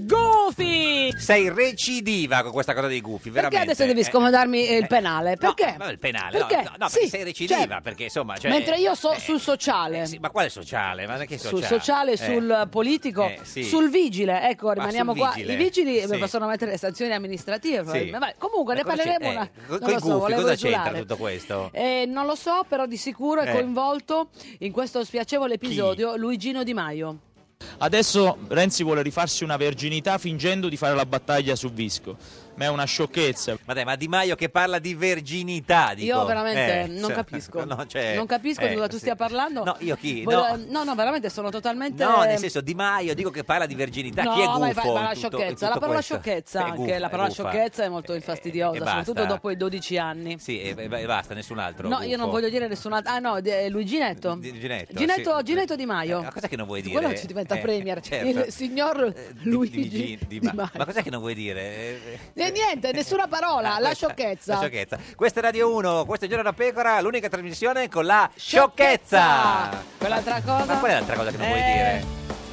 Goofy! Sei recidiva con questa cosa dei gufi, Perché veramente. adesso devi Eh, scomodarmi eh, il penale? no, Perché? vabbè, il penale, no, Perché? no, no, Sì, perché sei recidiva, cioè, perché insomma... Cioè, Mentre io so sul sociale. Ma quale sociale? Ma che sociale? Sul sociale, Eh, sul politico, Eh, sì. sul vigile, ecco, rimaniamo sul qua. vigile, I vigili eh, sì. possono mettere sanzioni amministrative. probabilmente. Ma comunque Ma ne cosa c'è- parleremo eh, una. co- non coi lo so, gufi, volevo cosa c'entra esulare. tutto questo? Eh, non lo so, però di sicuro è Eh. coinvolto in questo spiacevole episodio Luigino Di Maio. Adesso Renzi vuole rifarsi una verginità fingendo di fare la battaglia su Visco. Ma è una sciocchezza. Ma dai, ma Di Maio che parla di verginità, dico. Io veramente Eh, non so- capisco. no, cioè, non capisco eh, di cosa tu sì. stia parlando. No, io chi? Vol- No. no, no, veramente sono totalmente. No, nel senso Di Maio, dico che parla di verginità, Ehm, No, chi è ma gufo? vai- vai- la in tutto- in sciocchezza, la tutto parola questo? sciocchezza È anche, gufa, la è parola gufa. sciocchezza è molto e infastidiosa, basta. soprattutto dopo i 12 anni. Sì, e, e- e basta, nessun altro No, io non voglio dire nessun altro. Ah, no, de- Luiginetto. Di- Ginetto, Ginetto, sì. Eh, Ginetto Di Maio. Ma cos'è che non vuoi dire? Quello ci diventa Eh, premier. certo. Il signor Di, Luigi Gi- Di, Di Ma- Maio. Ma cos'è che non vuoi dire? Eh, E niente, nessuna parola, la sciocchezza. Ah, La sciocchezza. Questa è Radio 1, questo è Giorno da Pecora, l'unica trasmissione con la Sciocchezza! sciocchezza. Quell'altra cosa? Ma qual è l'altra cosa che non vuoi Eh, dire?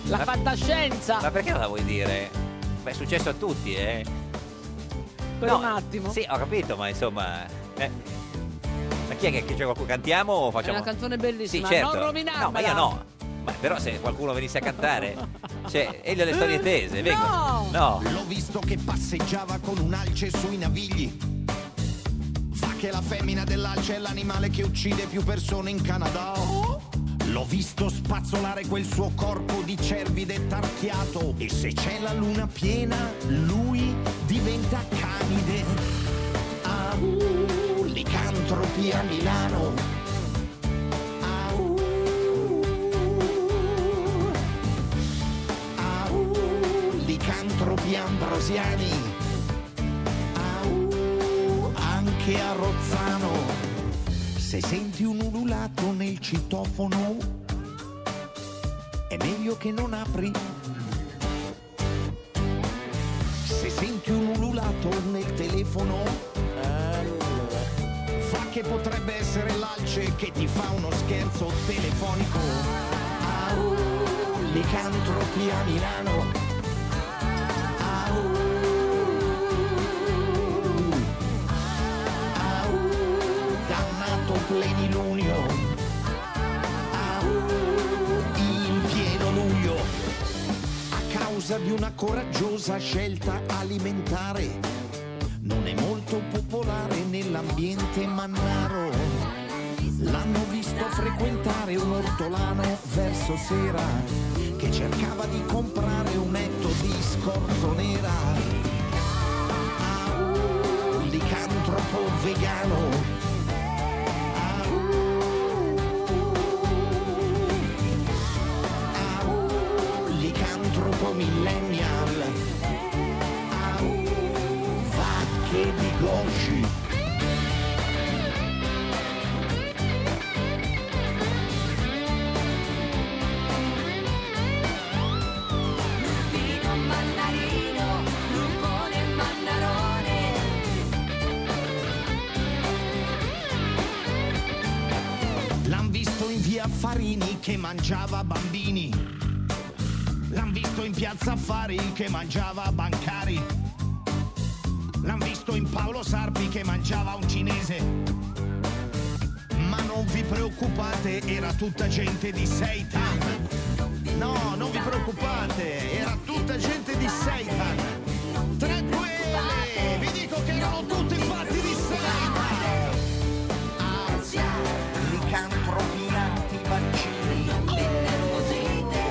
La Ma- fantascienza. Ma perché non la vuoi dire? Beh, è successo a tutti, eh. Per no, un attimo. Sì, ho capito, ma insomma... eh. Ma chi è che, che c'è qualcuno? Cantiamo o È facciamo... una canzone bellissima, Sì, certo. non No, ma rovinarmela. io no. Ma però se qualcuno venisse a cantare, cioè, e le storie tese, No! vengono. No. L'ho visto che passeggiava con un alce sui navigli. Fa che la femmina dell'alce è l'animale che uccide più persone in Canada. L'ho visto spazzolare quel suo corpo di cervide tarchiato. E se c'è la luna piena, lui diventa canide. Ah, uh, licantropia a Milano. Ah, uh. Au, licantropi ambrosiani. Au, anche a Rozzano. Se senti un ululato nel citofono, è meglio che non apri. Se senti un ululato nel telefono, fa che potrebbe essere l'alce che ti fa uno scherzo telefonico. Au, licantropi a Milano. Au, dannato plenilunio. Au, in pieno luglio. A causa di una coraggiosa scelta alimentare. Non è molto popolare nell'ambiente mannaro. L'hanno visto frequentare un ortolano verso sera che cercava di comprare un netto di scorzo nera. Au, licantropo vegano. Au, au, licantropo millennial. Au, vacche di Gosci. Lupino, mandarino, lupone, mandarone. L'han visto in via Farini che mangiava bambini. L'han visto in piazza Fari che mangiava bancari. L'han visto in Paolo Sarpi che mangiava un cinese. Ma non vi preoccupate, era tutta gente di Seitan. No, non vi preoccupate, era tutta gente di Seitan. Tranquilli, vi dico che erano tutti fatti di Seitan. Ansia, licantropia, antivaccini, Nervosite,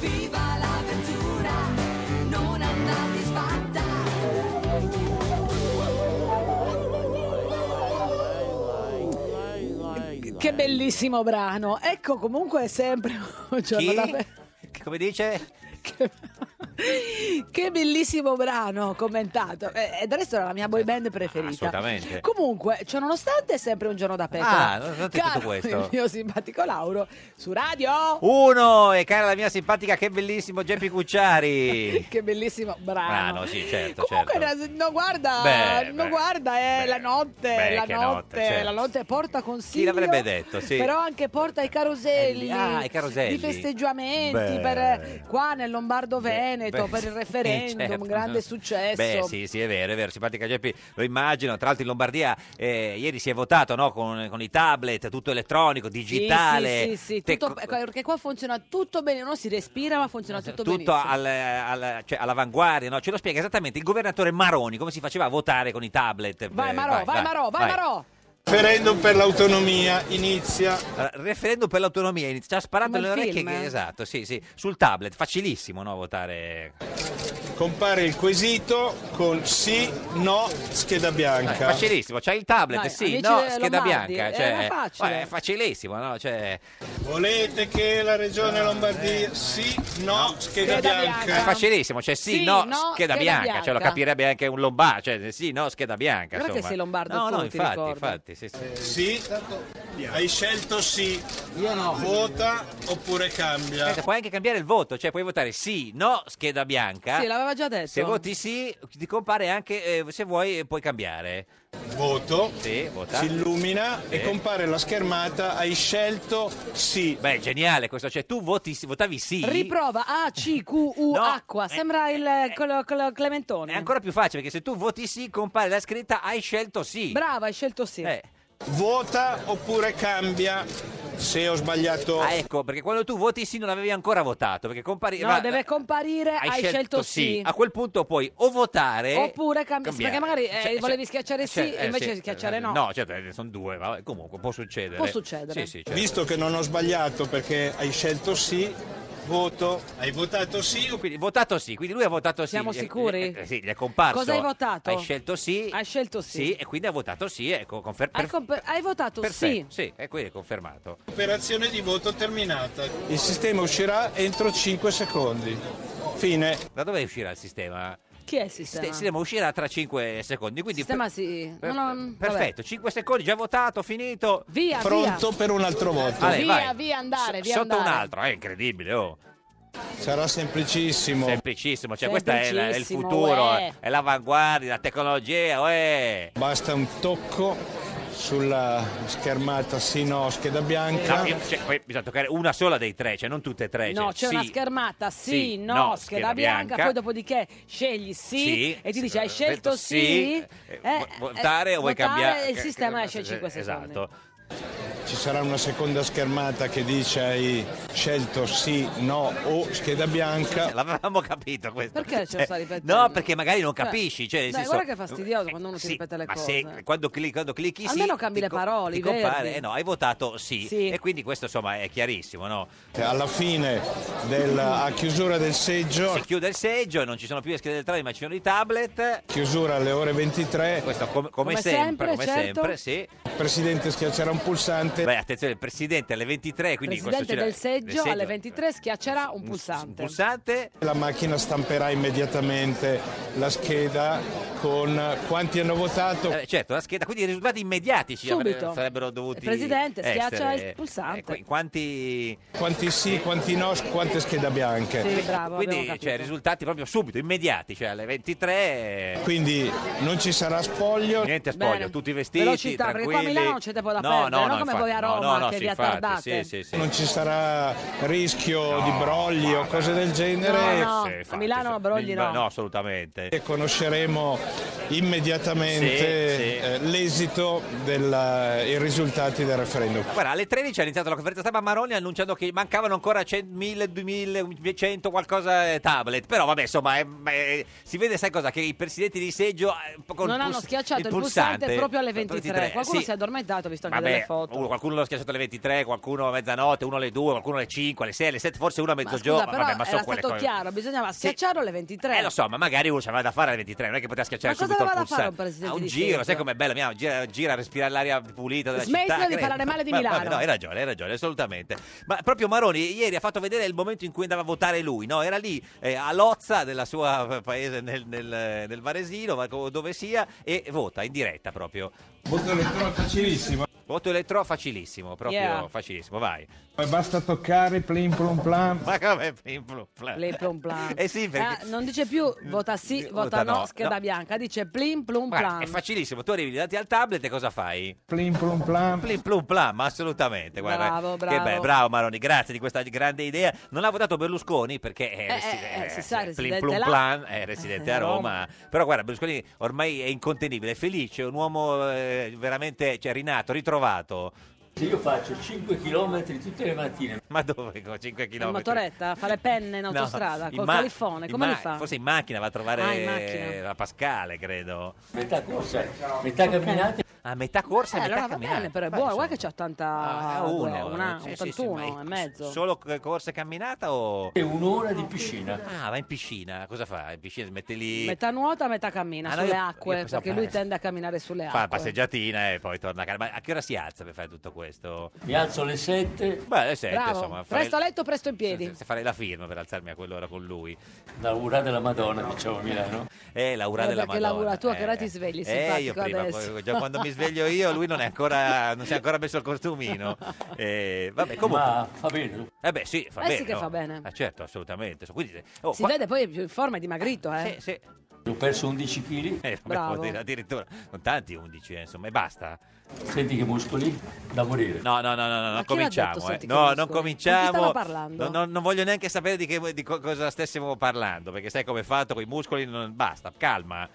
viva l'avventura, non andate sfatta. Che bellissimo brano. Ecco, comunque è sempre un giorno Chi? da pe- Come dice? Che bellissimo brano commentato. E, e del resto era la mia boy band preferita. Ah, assolutamente. Comunque, ciononostante, è sempre un giorno da pecora. Ah, nonostante Caro tutto questo. Il mio simpatico Lauro su radio. Uno, e cara la mia simpatica, che bellissimo Geppi Cucciari. Che bellissimo Ah, brano. no, sì, certo, Comunque, certo. era- no, guarda, Beh, no, beh, guarda, eh, la notte, beh, la che notte, notte, certo. la notte porta consigli. l'avrebbe detto, sì. Però anche porta i caroselli, Ah, i caroselli. di festeggiamenti Beh. per eh, qua nel Lombardo Veneto, beh, per il sì, referendum, certo. grande successo. Beh, sì, sì, è vero, è vero, simpatica Geppi, lo immagino. Tra l'altro in Lombardia eh, ieri si è votato no? con, con i tablet, tutto elettronico, Sì, digitale. Sì, sì, sì, Te- tutto- ecco, perché qua funziona tutto bene, non si respira, ma funziona tutto, tutto benissimo. al- al- cioè, all'avanguardia, no? ce lo spiega esattamente il governatore Maroni come si faceva a votare con i tablet. Vai Eh, Marò, vai, Marò, vai, Marò. Referendum per l'autonomia inizia. Allora, referendum per l'autonomia, inizia- ci ha sparato Come le il orecchie. film, che- eh. esatto, sì, sì, sul tablet, facilissimo no, votare. Compare il quesito con sì, no, scheda bianca. Eh, facilissimo, c'hai il tablet, Dai, sì, amici no, de- scheda Lombardi, era bianca. Cioè, facile. guarda, è facilissimo, no? Cioè, Volete che la regione Lombardia sì, Eh, no, scheda, Scheda bianca. è facilissimo, cioè sì, Sì, no, no, scheda, scheda bianca. bianca. Cioè, lo capirebbe anche un lombardo, cioè sì, no, scheda bianca. Guarda che insomma. sei lombardo No, tu, no, ti infatti, ricordo. infatti, sì, sì. Eh, Sì, hai scelto sì. Io no. Vota oppure cambia. Aspetta, puoi anche cambiare il voto, cioè puoi votare sì, no, scheda bianca. Sì, l'aveva già detto. Se voti sì, ti compare anche, eh, se vuoi, eh, puoi cambiare. Voto. Sì, vota. Si illumina Sì. e compare la schermata. Hai scelto sì. Beh, geniale questo, cioè tu voti, sì- votavi sì. eh, Riprova A, C, Q, U, acqua. Sembra il quello- quello Clementone. È ancora più facile perché se tu voti sì, compare la scritta hai scelto sì. Brava, hai scelto sì. Eh. Vota oppure cambia. Se ho sbagliato. Ah, ecco, perché quando tu voti sì non avevi ancora votato, perché compari No, va- deve comparire, Eh, hai, scelto, sì. A quel punto puoi o votare Oppure cambi- cambiare. perché magari eh, Cioè, cioè, volevi schiacciare sì cioè, eh, e invece sì, schiacciare eh, no. No, certo, eh, sono due, vabbè, comunque può succedere. Può succedere. Sì, sì, certo. Visto che non ho sbagliato perché hai scelto sì, voto. Hai votato sì o Quindi votato sì, quindi lui ha votato sì. Siamo gli è- sicuri? eh, sì, gli è comparso. Cosa hai votato? Hai scelto sì. Hai scelto sì. Sì, e quindi ha votato sì, ecco, confer- Hai, per- comp- hai votato sì. perfetto. Sì, e quindi è confermato. Operazione di voto terminata. Il sistema uscirà entro 5 secondi. Fine. Da dove uscirà il sistema? Chi è il Il sistema? sistema, uscirà tra 5 secondi, quindi Sistema sì. per- No, no, vabbè. perfetto, 5 secondi già votato, finito. Via, Pronto via. per un altro voto. Ale, via, vai. via andare, via Sotto un andare. altro, è incredibile, oh. Sarà semplicissimo. Semplicissimo, cioè questo è, la- è il Semplicissimo, futuro, uè. è l'avanguardia, la tecnologia, uè. Basta un tocco sulla schermata sì no scheda bianca. No, io- cioè, poi bisogna toccare una sola dei tre, cioè non tutte e tre. No, c'è cioè, una sì, schermata, sì, Sì, no, no, scheda scheda bianca, bianca. poi dopodiché scegli sì, Sì, e ti sì, dice hai eh, scelto detto sì, sì, eh, eh, eh, votare o vuoi votare, cambiare? Eh, il sistema esce in 5 secondi. Esatto. Ci sarà una seconda schermata che dice hai scelto sì, no o scheda bianca. L'avevamo capito questo. Eh, Perché ce lo sta ripetendo? No, perché magari non Cioè, capisci. Cioè, nel dai, senso, guarda che fastidioso quando uno si ripete le ma cose. se, quando, cli- quando clicchi sì, Almeno cambi ti le co- parole, ti i verbi. compare, eh no, hai votato sì. Sì. E quindi questo insomma è chiarissimo, no? Eh, Alla fine della a chiusura del seggio, Si chiude il seggio, non ci sono più le schede elettroniche, ma ci sono i tablet. chiusura alle ore 23. come, sempre, come certo. sempre, sì. Il presidente schiaccerà un pulsante. Beh, attenzione, il presidente alle 23, quindi Il in presidente del questo cioè, c'era- seggio, alle 23 schiaccerà un pulsante. pulsante. La macchina stamperà immediatamente la scheda con quanti hanno votato. Eh, certo, la scheda, quindi i risultati immediati ci avre- Subito. sarebbero dovuti Il presidente schiaccia il pulsante. quanti Quanti sì, quanti no, quante scheda bianche. Quindi cioè, risultati proprio subito, immediati, cioè alle 23. Quindi non ci sarà spoglio. Niente Bene. spoglio, tutti vestiti, Velocità, perché qua a tranquilli. Milano non c'è tempo da No, perdere, no, non no, come infatti, voi a Roma no, no, che sì, vi infatti, attardate. sì, sì, sì. Non ci sarà rischio di brogli o cose del genere. No, no, Sì, a infatti, Milano sì. brogli Beh, no. No, assolutamente. E conosceremo immediatamente Sì, sì. eh, l'esito della- e i risultati del referendum. Guarda, alle 13 ha iniziato la conferenza stampa Maroni annunciando che mancavano ancora 100, 1000, 2000, 100 qualcosa eh, tablet. Però vabbè, insomma, è- è- si vede, sai cosa, che i presidenti di seggio... eh, con non il hanno puls- schiacciato il pulsante, proprio alle 23. Qualcuno sì. si è addormentato, visto anche Vabbè, perché uno- qualcuno l'ha schiacciato alle 23, qualcuno a mezzanotte, uno alle 2, qualcuno alle 5, alle 6, alle 7, forse uno a Ma mezzogiorno. scusa, però Vabbè, ma sono era quelle stato cose. chiaro, bisognava schiacciarlo alle 23. Eh lo so, ma magari uno c'aveva da fare alle 23, non è che poteva schiacciare Ma cosa subito il doveva fare un pulsante. presidente Ah, un di giro, sai centro? com'è bello, mia, gira, gira a respirare l'aria pulita della Smettila città. di credo. parlare male di Ma- ma- Milano. no, hai ragione, hai ragione, assolutamente. Ma proprio Maroni ieri ha fatto vedere il momento in cui andava a votare lui, no? Era lì eh, a Lozza, della sua paese nel, nel, nel Varesino, va- dove sia, e vota in diretta proprio. Voto elettronico facilissimo. Voto elettro facilissimo, proprio Yeah. facilissimo, vai. Basta toccare plim plum plan. Ma come plim plum plan? Plin plum plan. Eh sì, perché- Ah, non dice più vota sì, vota, Vota no, no, scheda no. bianca, dice plin plum Guarda, plan. è facilissimo, tu arrivi davanti al tablet e cosa fai? Plim plum plan. Plim plum plan, ma assolutamente. Guarda, Bravo, che bravo. bello, bravo Maroni, grazie di questa grande idea. Non ha votato Berlusconi perché è Eh, eh, eh, si sa, residente là. Eh, plan, è residente a Roma. Però guarda, Berlusconi ormai è incontenibile, è felice, è un uomo eh, veramente cioè, rinato, ritrovato. Se io faccio 5 km tutte le mattine. Ma dove con 5 km? In motoretta, fa le penne in cioè. No, autostrada, in col ma- califone, in come ma- li fa? Forse in macchina va a trovare Ah, in macchina. eh, la Pascale, credo. Metà corsa, metà camminata. A metà corsa Eh, e metà allora va camminata. bene, però è Beh, Ah, buono, guarda che c'è 80 uno, una- eh, sì, sì, 81 sì, ma- e mezzo. Solo c- corsa e camminata o... E un'ora di piscina. Ah, va in piscina. Cosa fa? In piscina si mette lì... Metà nuota, metà cammina Ah, no, sulle io- io acque, pensavo- perché lui eh, tende a camminare sulle Fa la acque. passeggiatina e poi torna a casa. Ma a che ora si alza per fare tutto questo? Mi alzo alle 7. Beh, alle 7, Bravo, insomma. presto a farei, letto, presto in piedi. se farei la firma per alzarmi a quell'ora con lui. La ura della Madonna, diciamo a Milano. Eh, Laura Eh, della perché Madonna. Laura, tu a che ora eh. ti svegli, Eh, io simpatico prima, adesso. poi, già quando mi sveglio io, lui non è ancora, non si è ancora messo il costumino. Eh, vabbè, comunque. Ma fa bene. Eh beh, sì, fa Eh sì bene. che no? fa bene. Ah, certo, assolutamente. So, Quindi, oh, Si qua- vede poi è più in forma è dimagrito, eh. Sì, sì. Ho perso 11 kg. Eh, vabbè, Bravo. vuol dire addirittura, non tanti 11, eh, insomma, e basta. Senti che muscoli da morire. No, no, no, no, no non chi l'ha cominciamo. detto, eh. senti, No, che non muscoli? Con chi cominciamo. stava parlando? No, no, non voglio neanche sapere di, che- di co- cosa stessimo parlando, perché sai come è fatto con i muscoli, non- basta, calma.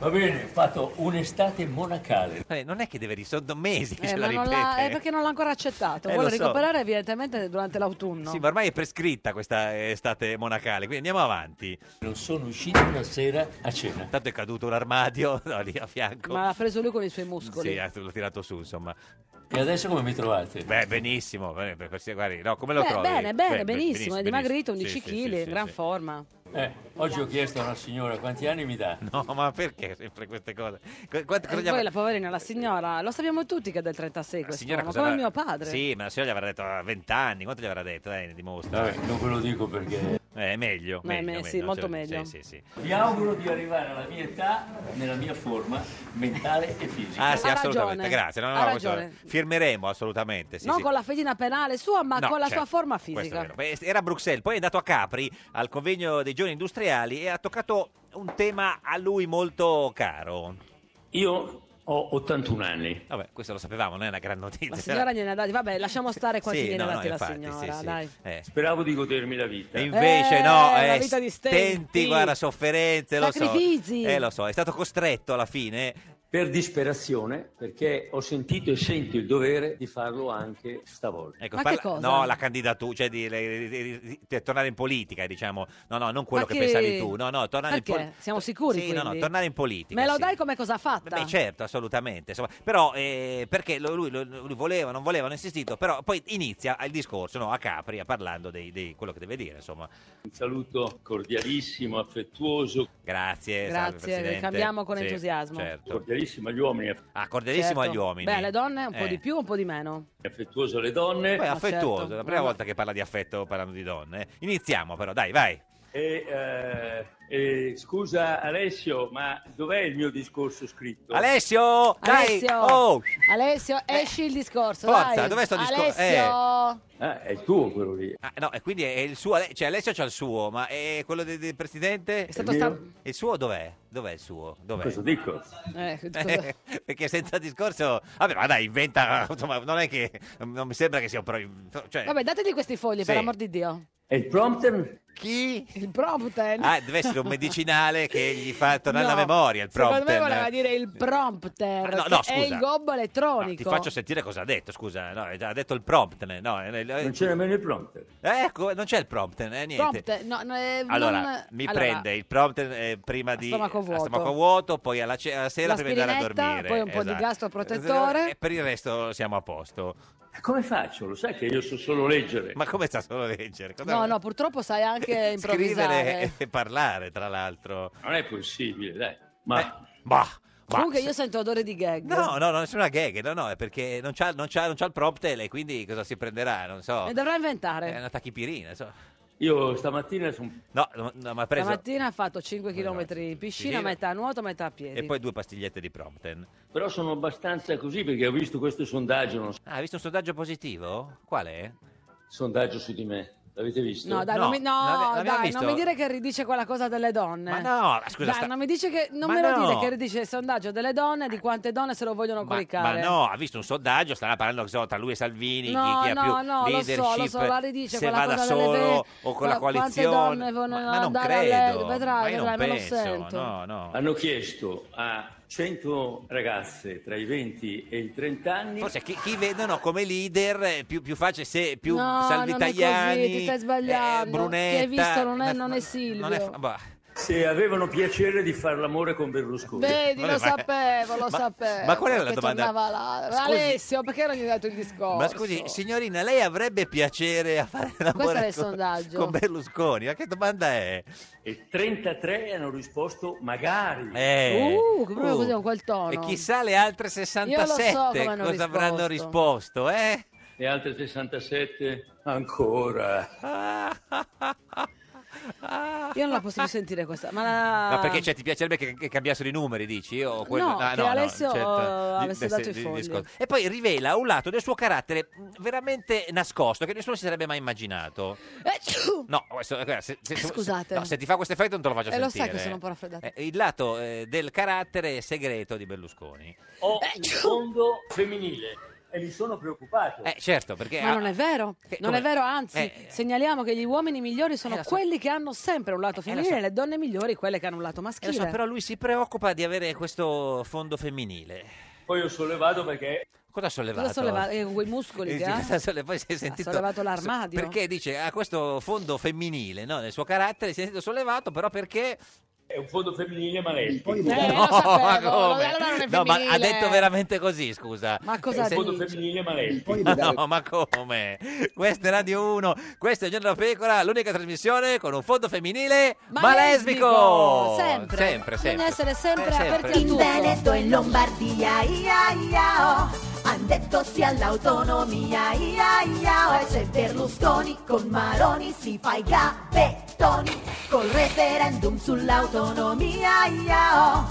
Va bene, ho fatto un'estate monacale. Eh, non è che deve risolvere, sono mesi che Eh, ce la ma non ripete. l'ha- eh, perché non l'ha ancora accettato. Eh, Vuole lo so. recuperare evidentemente durante l'autunno. Sì, ma ormai è prescritta questa eh, estate monacale, quindi andiamo avanti. Non sono uscito una sera a cena. Intanto è caduto un armadio no, lì a fianco. Ma l'ha preso lui con i suoi muscoli. ecco. Sì, eh, l'ho tirato su, insomma. E adesso come mi trovate? Beh, benissimo. beh, per- per- guardi, no, come lo Beh, trovi? bene, Beh, bene, benissimo, è dimagrito benissimo. 11 Sì, kg, sì, sì, in sì, gran sì. forma. Eh, oggi ho chiesto a una signora quanti anni mi dà. No, ma perché sempre queste cose? Qu- quanto- cosa E gli avrà- Eh, poi la poverina, la signora, lo sappiamo tutti che è del 36 la questo, signora ma cosa come avrà- mio padre. Sì, ma la signora gli avrà detto ah, 20 anni, quanto gli avrà detto? Dai, dimostra. Vabbè, non ve lo dico perché. Eh, meglio, No, è me- meglio, sì, molto meglio. Sì, sì, sì. Vi auguro di arrivare alla mia età nella mia forma mentale e fisica. Ah, sì, Ha assolutamente, ragione, grazie. No, no, ha no, questo- eh, ragione. firmeremo assolutamente. Sì, non sì. con la fedina penale sua, ma No, con la certo, sua forma questo è fisica. vero. Beh, Era a Bruxelles, poi è andato a Capri al convegno dei giovani industriali e ha toccato un tema a lui molto caro. Io ho 81 anni. Vabbè, questo lo sapevamo, non è una gran notizia. La signora gliene ha dati, vabbè, lasciamo stare quanti Sì, gliene ha no, no, dati la infatti, signora, sì, sì. dai. Eh, Speravo di godermi la vita. E invece Eh, no, la eh, vita di stenti, stenti. guarda, sofferenze, lo so. Sacrifici. Eh, lo so, è stato costretto alla fine. Per disperazione, perché ho sentito e sento il dovere di farlo anche stavolta. Ecco, Ma che cosa? No, la candidatura, cioè di, di- di- di- di tornare in politica, diciamo. No, no, non quello Ma che... che- pensavi tu. No, no, tornare Perché? in politica. Siamo sicuri, Sì, no, no, quindi? tornare in politica. Me lo sì. dai come cosa fatta? Beh, certo, assolutamente. Insomma, però eh, perché lo- lui, lo- lui voleva, non voleva, hanno insistito, però poi inizia il discorso no, a Capri parlando di quello che deve dire, insomma. Un saluto Ecco, cordialissimo, affettuoso, Grazie, salve, Grazie, Presidente. cambiamo con Sì, entusiasimo. Certo. cordialissimo agli uomini, Ah, cordialissimo Certo. agli uomini. Beh, alle donne un po' Eh. di più, un po' di meno. affettuoso alle donne. Poi è Ma affettuoso, certo. è la prima Ma- volta che parla di affetto parlando di donne. eh. Iniziamo però, dai, vai. E, eh, eh, scusa Alessio, ma dov'è il mio discorso scritto? Alessio, dai! Alessio, Oh! Alessio, esci il discorso. Forza, dai. dov'è sto discorso? Alessio, Ah, è il tuo quello lì. Ah, no, e quindi è il suo, Ale- cioè Alessio c'ha il suo, ma è quello de- del presidente? è stato mio? stam- Il suo dov'è? Dov'è il suo? Dov'è? Cosa dico? Eh, cosa- Eh, perché senza discorso vabbè ma dai inventa insomma, non è che non mi sembra che sia un pro... cioè, Vabbè, dategli questi fogli, Sì. per amor di Dio. E il prompter? Chi? Il prompten. Ah, deve essere un medicinale che gli fa tornare No, la memoria, il prompter. Secondo me voleva dire il prompter, Ah, no, che no, è scusa. il gobbo No, ti elettronico. faccio sentire cosa ha detto, scusa. No, ha detto il prompt. No, non c'è nemmeno il prompt. Ecco, non c'è il prompt, eh, niente. Prompter, no, no, eh, Allora, non- mi allora, prende il prompt eh, prima di... stomaco a vuoto. stomaco vuoto, poi alla, ce- alla sera prima di andare a L'aspirinetta, dormire. esatto. Eh, poi un po' di gastroprotettore. E per il resto siamo a posto. Ma come faccio? Lo sai che io so solo leggere. Ma come sta solo leggere? Cosa- No, no, purtroppo sai anche improvvisare. Scrivere e parlare, tra l'altro. Eh, Non è possibile, dai. Ma Bah, bah. Comunque io sento odore di gag. No, no, no, nessuna gag, no, no, è perché non c'ha, non c'ha, non c'ha il prompter e quindi cosa si prenderà? Non so. Ne dovrà È inventare. una tachipirina, so. io stamattina sono... No, no, no, ma ha preso Stamattina ha fatto 5 km in piscina, Sì. metà a nuoto, metà a piedi. e poi due pastigliette di Prompten. Però sono abbastanza così perché ho visto questo sondaggio, non so, Ah, hai visto un sondaggio positivo? Qual è? sondaggio su di me. L'avete visto? No, dai, non mi, no, l'ave- l'abbiamo dai visto? non mi dire che ridice quella cosa delle donne. Ma no, scusa, Dai, sta- non mi dice che non Ma me lo no. dite che ridice il sondaggio delle donne di quante donne se lo vogliono Ma, coricare. ma no, ha visto un sondaggio, stava parlando che so, tra lui e Salvini, No, chi, chi no, ha più no, lo so, leadership, lo so, la ridice se quella va da cosa delle solo ve- o con quante la coalizione. donne vogliono ma, ma non andare a credo, lei, vedrai, ma io non vedrai, me lo penso, sento. no, no. Hanno chiesto a 100 ragazze tra i 20 e i 30 anni Forse chi, chi vedono come leader eh, più, più facile, se più No, Salvi non è così, Tajani, ti stai eh, sbagliando. Brunetta, Chi hai visto non è- non ma- è non è- Silvio. bah. se avevano piacere di far l'amore con Berlusconi. Vedi, Vabbè, lo ma- sapevo, lo ma- sapevo. ma qual era la che domanda? tornava là. Scusi. Alessio, perché non gli hai dato il discorso? Uh, Ma scusi, signorina, lei avrebbe piacere a fare la Questo era il con, sondaggio. con Berlusconi? Ma che domanda è? E 33 hanno risposto magari. Eh, Uh, proprio così, con quel tono. E chissà le altre Io lo so 67 come cosa hanno avranno risposto, eh? Le altre 67 ancora. Io non la posso più sentire questa. Ma, la- Ma perché cioè, ti piacerebbe che, che cambiassero i numeri, dici? O Ah. ah, No, che Alessio, eh, avesse certo. Di- dato i di- di- fogli. discorso. E poi rivela un lato del suo carattere mh, veramente nascosto che nessuno si sarebbe mai immaginato. Eh, ciu! No, questo- guarda, se, se- Scusate. no, se ti fa questo effetto non te lo faccio Eh, lo sai sentire. che sono un po' raffreddata. Eh, il lato eh, del carattere segreto di Berlusconi. Ho Eh, un fondo femminile e mi sono preoccupato. Eh, certo, perché... Ma non è vero, Che- non come- è vero, anzi, Eh, segnaliamo che gli uomini migliori sono lo so. Eh, quelli che hanno sempre un lato lo femminile so. e le donne migliori quelle che hanno un lato eh, lo maschile. so, però lui si preoccupa di avere questo fondo femminile. Poi ho sollevato perché Cosa ha sollevato? Cosa solleva- eh, quei muscoli che Eh, ha? sì, cosa solle- poi si è sentito- sollevato l'armadio. Perché dice, ha questo fondo femminile, no? Nel suo carattere si è sentito sollevato, però perché... è un fondo femminile ma lesbico. Eh, È lo sapevo, ma allora non è No, ma ha femminile. detto veramente così, scusa. Ma un cosa fondo dici? femminile ma lesbico. Ma no, ma come? Questa è Radio 1, questa è Il Giorno della Pecora, l'unica trasmissione con un fondo femminile ma, lesbico! Sempre. sempre, Bisogna sempre. essere sempre Eh, aperti al In tutto. Veneto e in Lombardia, ia ia oh, han detto sì all'autonomia, ia ia oh, e c'è Berlusconi con Maroni, si fa i gavettoni, col referendum sull'autonomia, ia oh,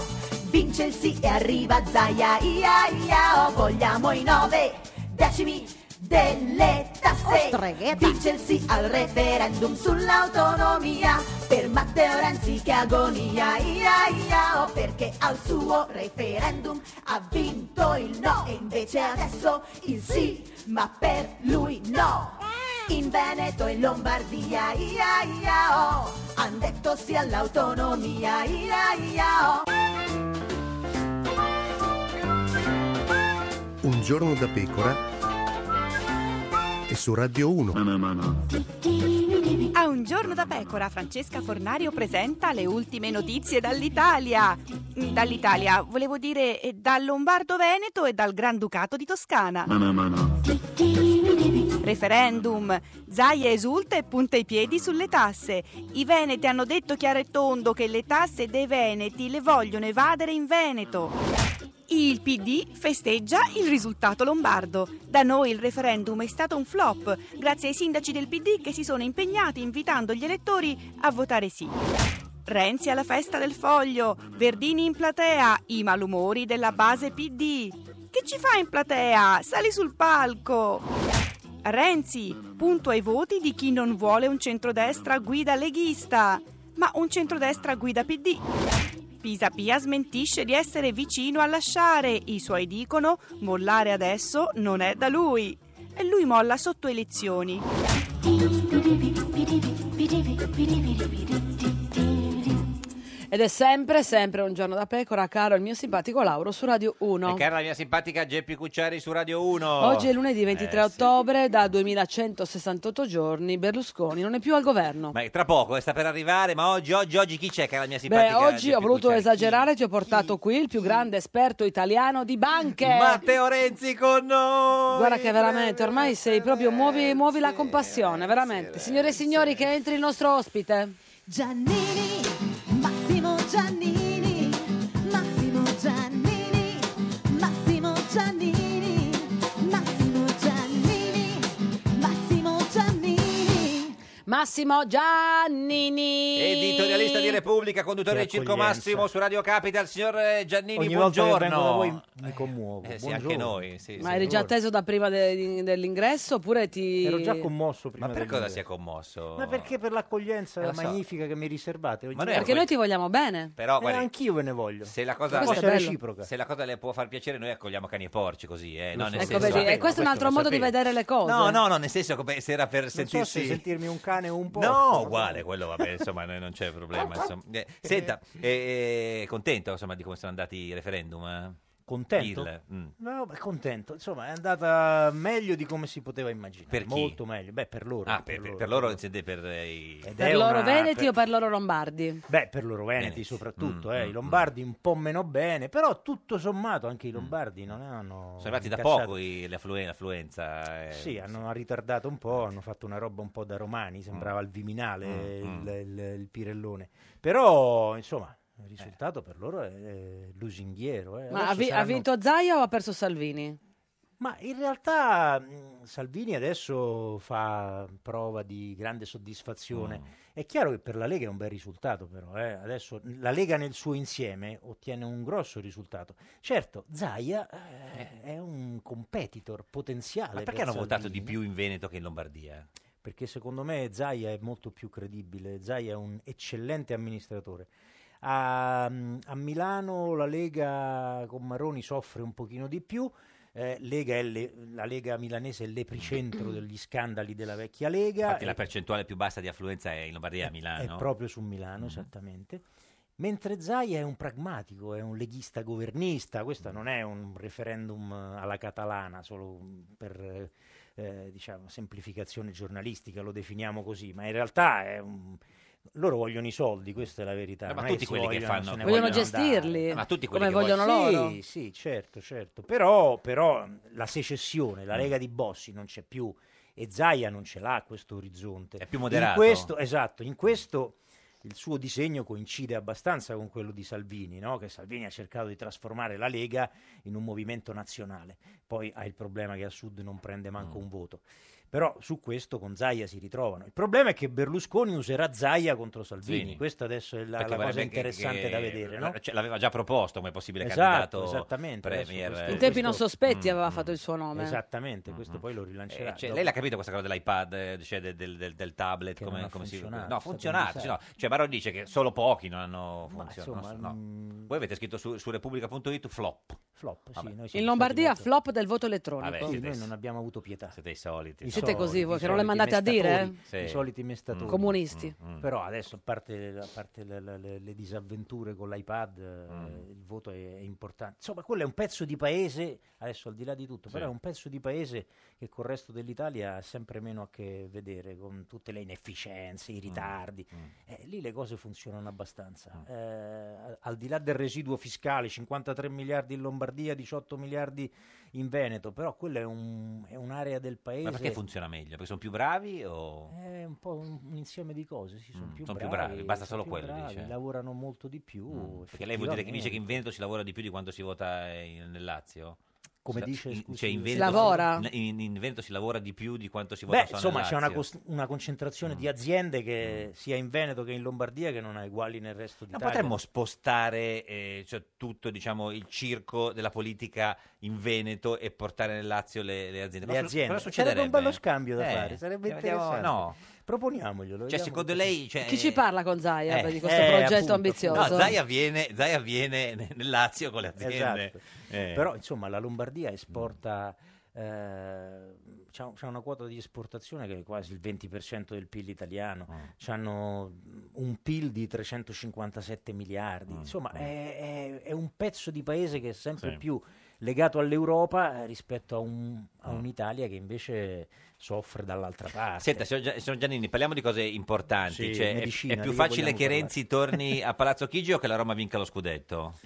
vince il sì e arriva Zaia, ia ia oh, vogliamo i nove decimi delle tasse, Oh, streghetta. vince il sì al referendum sull'autonomia, per Matteo Renzi che agonia, ia ia oh, perché al suo referendum ha vinto il no e invece adesso il sì, ma per lui no. In Veneto e Lombardia, ia ia oh, han detto sì all'autonomia, ia ia oh. Un giorno da pecora e su Radio 1. A un giorno da pecora, Francesca Fornario presenta le ultime notizie dall'Italia. Mm, Dall'Italia, volevo dire eh, dal Lombardo Veneto e dal Granducato di Toscana. Referendum. Zaia esulta e punta i piedi sulle tasse. I veneti hanno detto chiaro e tondo che le tasse dei veneti le vogliono evadere in Veneto. Il PD festeggia il risultato lombardo. Da noi il referendum è stato un flop, grazie ai sindaci del PD che si sono impegnati invitando gli elettori a votare sì. Renzi alla festa del foglio, Verdini in platea, i malumori della base PD. Che ci fa in platea? Sali sul palco! Renzi, punto ai voti di chi non vuole un centrodestra guida leghista, ma un centrodestra guida PD. Pisapia smentisce di essere vicino a lasciare, i suoi dicono mollare adesso non è da lui. E lui molla sotto elezioni. Ed è sempre, sempre un giorno da pecora, caro il mio simpatico Lauro su Radio 1. E cara la mia simpatica Geppi Cucciari su Radio 1. Oggi è lunedì 23 Eh, sì. ottobre, da 2168 giorni Berlusconi non è più al governo. Ma tra poco, eh, sta per arrivare, ma oggi, oggi, oggi chi c'è cara la mia Beh, simpatica oggi ho Geppi voluto Cucciari? esagerare, ti ho portato qui il più grande esperto italiano di banche. Matteo Renzi con noi! Eh, Guarda che veramente, ormai sei proprio, muovi, muovi la compassione, veramente. Signore e signori, che entri il nostro ospite. Giannini, Massimo Giannini, Massimo Giannini, Massimo Giannini, Massimo Giannini, Massimo Giannini. Massimo Giannini. Editorialista di Repubblica, conduttore Che di Circo accoglienza. Massimo su Radio Capital, signor eh, Giannini, Ogni buongiorno. volta che vengo da voi mi commuovo. Eh, sì, Buongiorno. anche noi. sì, Ma sì. eri già atteso da prima de- dell'ingresso oppure ti... Ero già commosso prima Ma per del cosa video. si è commosso? Ma perché per l'accoglienza Eh, lo so. magnifica che mi riservate? ogni Ma noi- volta? Perché noi ti vogliamo bene. Però Eh, guardi, anch'io ve ne voglio. se la cosa, Questo è Cosa bello. reciproca. se la cosa le può far piacere, noi accogliamo cani e porci così, eh, no, Lo so. nel Ecco, senso- vedi, E questo è un altro modo di vedere le cose. No, no, no, nel senso come se era per Non so sentirsi se sentirmi un cane o un po'. No, uguale, quello vabbè, insomma, noi non c'è problema, insomma. Eh, Senta, eh, eh, contento, insomma, di come sono andati i referendum? eh? Contento? Il- mm. No, ma contento. Insomma, è andata meglio di come si poteva immaginare. Per chi? Molto meglio. Beh, per loro. Ah, per, per- per loro, siete per eh, i... Ed è Per loro una- veneti per- o per loro lombardi? Beh, per loro veneti Mm, soprattutto, eh, i lombardi un po' meno bene, però tutto sommato anche i lombardi non hanno... Mm. Sono arrivati da incassato- poco i- l'affluen- l'affluenza. eh. Sì, hanno ritardato un po', hanno fatto una roba un po' da romani, sembrava il Viminale, Mm, il, il- il Pirellone. Però, insomma, il risultato per loro è, è lusinghiero. eh. Ma Adesso ha, vi- ha saranno- Eh, vinto Zaia o ha perso Salvini? Ma in realtà mh, Salvini adesso fa prova di grande Mm. soddisfazione. È chiaro che per la Lega è un bel risultato, però. eh. Adesso la Lega nel suo insieme ottiene un grosso risultato. Certo, Zaia eh, è un competitor potenziale. Ma perché per hanno Salvini. votato di più in Veneto che in Lombardia? perché secondo me Zaia è molto più credibile. Zaia è un eccellente amministratore. A, a Milano la Lega con Maroni soffre un pochino di più. eh, Lega è le- la Lega milanese è l'epicentro degli scandali della vecchia Lega. Infatti la percentuale più bassa di affluenza è in Lombardia e a Milano. eh, Mm. È proprio su Milano, esattamente. Mentre Zaia è un pragmatico, è un leghista governista, Mm. questo non è un referendum eh, alla catalana, solo mm, per eh, eh, diciamo, semplificazione giornalistica, lo definiamo così, ma in realtà è un- loro vogliono i soldi, questa è la verità. Eh, ma non è tutti si quelli che vogliono- fanno- se ne Vogliono andare. gestirli, Eh, ma tutti quelli come che vogliono Sì, loro. Sì, certo, certo. Però, però la secessione, la Mm. Lega di Bossi non c'è più e Zaia non ce l'ha questo orizzonte. È più moderato. In questo, esatto, in questo il suo disegno coincide abbastanza con quello di Salvini, no? che Salvini ha cercato di trasformare la Lega in un movimento nazionale. Poi ha il problema che a sud non prende Mm. manco un voto. Però su questo con Zaia si ritrovano. Il problema è che Berlusconi userà Zaia contro Salvini. Salvini. Questa adesso è la, Perché la cosa vorrebbe che- interessante che- da vedere. No? cioè, l'aveva già proposto come possibile Esatto, candidato esattamente, adesso premier. questo- eh, In tempi non questo- Mm, sospetti aveva fatto il suo nome. Mm, Esattamente, questo poi lo Eh, rilancerà. cioè, dopo. lei l'ha capito questa cosa dell'iPad, eh, cioè del, del- del- del tablet? Come, non ha come si- funzionato, No, ha è stato un funzionato. sì, no. Cioè, Baroni dice che solo pochi non hanno funzionato. insomma, mm, non so, no. Voi avete scritto su, su Repubblica.it flop. Flop, sì. In Lombardia flop del voto elettronico. Vabbè, siete, non abbiamo avuto pietà. Siete i soliti. I Siete così soliti, voi i che non le soliti mandate a dire? mestatori, Sì. I soliti mestatori. Mm. Comunisti. Però adesso, a parte, a parte le, le- le- le disavventure con l'iPad, eh, il voto è, è importante. Insomma, quello è un pezzo di paese, adesso al di là di tutto, Sì. però è un pezzo di paese che col resto dell'Italia ha sempre meno a che vedere, con tutte le inefficienze, Mm, i ritardi. Eh, lì le cose funzionano abbastanza. Mm. Eh, al di là del residuo fiscale, 53 miliardi in Lombardia, 18 miliardi in Veneto, però quella è, un- è un'area del paese... Ma Eh, perché funziona meglio? Perché sono più bravi o... È un po' un, un insieme di cose, sì, sono più, sono Mm, più bravi, bravi, basta solo sono più quello, bravi, dice. Lavorano molto di più. Mm, Perché lei vuol dire che dice che in uh, effettivamente. Veneto si lavora di più di quanto si vota in- nel Lazio? Come Sta- dice, in- scusi, cioè, in Si Veneto, lavora? In, in Veneto si lavora di più di quanto si vota Beh, solo insomma, nel c'è una, Lazio. Mm. cos- una concentrazione di aziende che sia in Veneto che in Lombardia che non ha uguali nel resto Non d'Italia. potremmo spostare eh, cioè, tutto diciamo, il circo della politica in Veneto e portare nel Lazio le, le aziende? le Cosa- aziende. Cosa sarebbe succederebbe? un bello scambio da Eh, fare, sarebbe vediamo- interessante. No. Proponiamoglielo. Cioè, vediamo secondo cosa- lei... cioè, Chi ci parla con Zaia eh, di questo eh, progetto appunto, ambizioso? No, Zaia viene, Zaia viene nel Lazio con le aziende. Esatto. Eh. Però insomma la Lombardia esporta eh, eh, c'ha, c'ha una quota di esportazione che è quasi il 20% del PIL italiano, Ah. hanno un PIL di 357 miliardi, Ah, insomma è, è- è un pezzo di paese che è sempre Sì. più legato all'Europa eh, rispetto a, un- Ah. a un'Italia che invece soffre dall'altra parte. Senta, signor Gia- signor Giannini, parliamo di cose importanti. Sì, Cioè, è- medicina, è, più di che facile vogliamo che parlare? Renzi torni a Palazzo Chigi o che la Roma vinca lo scudetto?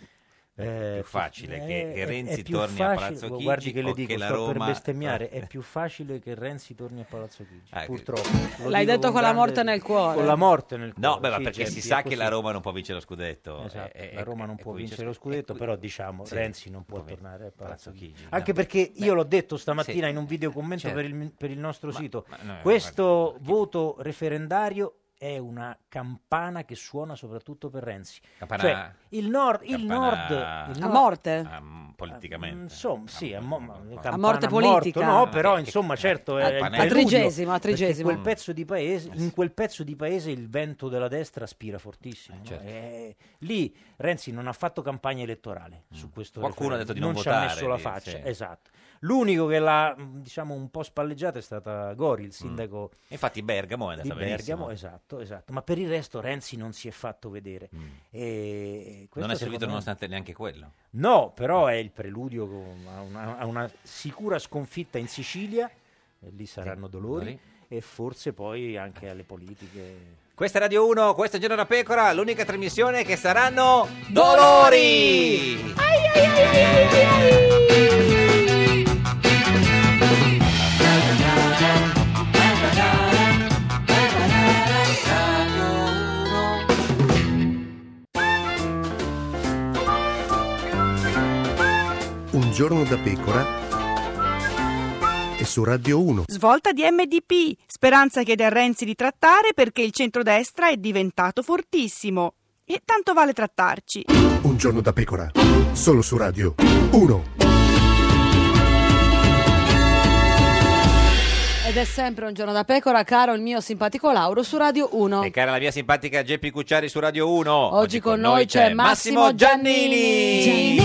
È più facile che, Eh, che è- Renzi è più torni a facile- Palazzo Chigi guardi che le o dico, che la sto Roma... Ah. per bestemmiare, è più facile che Renzi torni a Palazzo Chigi, purtroppo. Lo L'hai dico detto con la grande- morte nel cuore. Con la morte nel cuore. No, beh, ma sì, perché Geppi, si è sa che così. la Roma non può vincere lo scudetto. Esatto, Eh, eh, la Roma non eh, può eh, vincere lo scudetto, però diciamo sì, Renzi non può vin- tornare a Palazzo Palazzo Chigi. Chigi, Anche no. perché io Beh, l'ho detto stamattina sì, in un video commento certo. per, il, per il nostro sito. no, Questo voto referendario è una campana che suona soprattutto per Renzi. Campana- Cioè, il nord, il nord, campana- il A nord- morte? Ah, mm, politicamente. Insomma, sì, a, mo- campana morte morto, politica. no, però insomma, certo, è il A preludio, trigesimo, a perché trigesimo. quel pezzo di paese, in quel pezzo di paese il vento della destra aspira Eh, fortissimo. no? certo. E lì Renzi non ha fatto campagna elettorale su questo Mm. Qualcuno referendum, ha detto di non ci votare, ha messo la lì, faccia, sì. esatto. L'unico che l'ha mh, diciamo un po' spalleggiata è stata Gori, il sindaco Mm. Infatti Bergamo è di andata benissimo. eh. Bergamo, esatto, esatto. Ma per il resto Renzi non si è fatto vedere. E Ah, questo Non Mm. è secondo servito me- nonostante neanche quello. No, però è il preludio con- a una, a una sicura sconfitta in Sicilia, e lì saranno dolori, e forse poi anche alle politiche. Questa è Radio 1, questo è Giorno da Pecora, l'unica trasmissione che saranno dolori! Un giorno da pecora e su Radio 1. Svolta di MDP. Speranza chiede a Renzi di trattare perché il centrodestra è diventato fortissimo. E tanto vale trattarci. Un giorno da pecora, solo su Radio 1. Ed è sempre un giorno da pecora, caro il mio simpatico Lauro su Radio 1. E cara la mia simpatica Geppi Cucciari su Radio 1. Oggi, con noi c'è Massimo Giannini,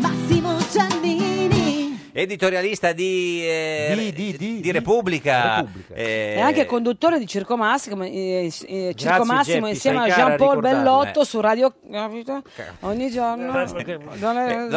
Massimo Giannini. editorialista di, eh, di Repubblica. Eh, E anche conduttore di Circo Massimo, eh, eh, Circo Grazie, Massimo Geppi, insieme a sei cara a Jean-Paul ricordarlo, Bellotto eh. su Radio Capito? Ogni giorno. eh, lo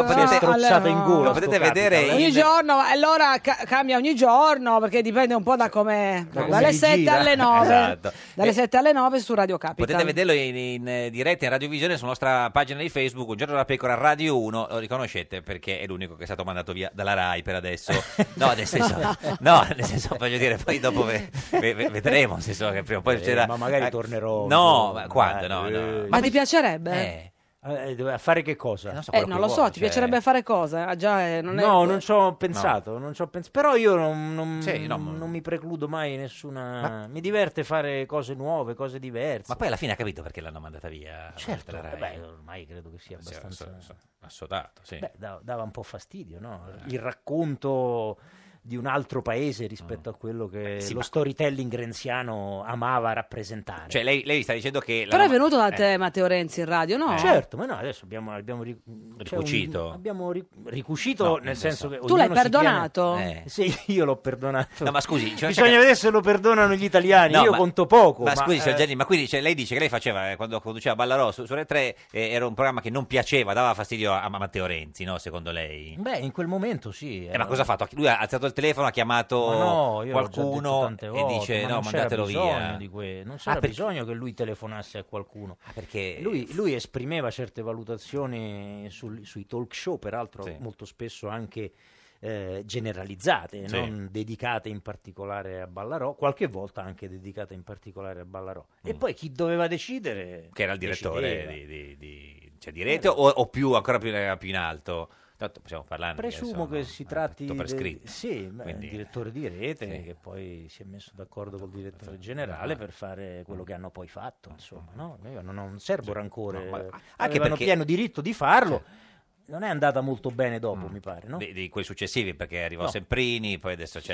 potete, Allora- lo potete vedere in- Ogni giorno, e allora ca- cambia ogni giorno perché dipende un po' da come. Da come dalle si 7 gira. alle 9. eh, Esatto. Dalle 7 alle 9 su Radio Capital. Potete vederlo in, in, eh, diretta in radiovisione sulla nostra pagina di Facebook, Un giorno della pecora Radio 1, lo riconoscete perché è l'unico che è stato mandato via dalla RAI per adesso. No, nel senso, no, nel senso voglio dire, poi dopo ve- ve- ve- vedremo, nel senso che prima o poi Eh, succederà- ma magari eh, tornerò. No, ma quando? No, no. Ma ti piacerebbe? Eh, dove- a fare che cosa? Non, Eh, non lo so, ti cioè piacerebbe fare cosa? Ah, già, eh, non è- No, non ci ho pensato, non ci ho pens- però io non, non- Sì, no, ma- non mi precludo mai nessuna... Mi diverte fare cose nuove, cose diverse. Ma poi alla fine ha capito perché l'hanno mandata via Certo, dalla eh RAI. beh, ormai credo che sia Sì, abbastanza... ass- ass- Assodato, sì. Eh. Beh, da- dava un po' fastidio, no? Il racconto di un altro paese rispetto a quello che Mm. Eh, sì, lo ma- storytelling renziano amava rappresentare. Cioè, lei, lei sta dicendo che... la Però è Roma- venuto da eh, te Matteo Renzi in radio, no? Eh, Certo, ma no, adesso abbiamo, abbiamo ri- c'è un- Ricucito. abbiamo ri- ricucito No, nel senso che... Tu l'hai ognuno si perdonato? tiene- Sì, io l'ho perdonato. Eh. No, ma scusi, cioè- Bisogna vedere se lo perdonano gli italiani, No, Ah, io ma- conto poco. Ma, scusi, signor eh, Giannini, ma quindi cioè, lei dice che lei faceva, eh, quando conduceva Ballarò su, su Rai 3, eh, era un programma che non piaceva, dava fastidio a, a Matteo Renzi, no? Secondo lei? Beh, in quel momento sì. Eh, ma cosa ha fatto? Lui ha alzato il telefono, ha chiamato Ma no, io l'ho già detto qualcuno tante e volte, dice ma no, non c'era mandatelo bisogno via. di que- non Ah, c'era perché- Ah, bisogno che lui telefonasse a qualcuno. perché- lui, lui esprimeva certe valutazioni sul- sui talk show, peraltro Sì. molto spesso anche eh, generalizzate, Sì. non dedicate in particolare a Ballarò, qualche volta anche dedicate in particolare a Ballarò. E poi chi doveva decidere? Mm. Che era il direttore decideva. di, di- di- cioè, di rete o, o più, ancora più, eh, più in alto? Tanto possiamo parlarne. Presumo adesso, che si tratti tutto per del- scritto. sì, ma Quindi- il direttore di rete Sì. che poi si è messo d'accordo col direttore generale per fare quello che hanno poi fatto, insomma, no? Io non, non serbo rancore, ecco. No, ma- anche avevano perché- pieno diritto di farlo. non è andata molto bene dopo, Mm. mi pare, no? Di, di quei successivi, perché arrivò No. Semprini, poi adesso c'è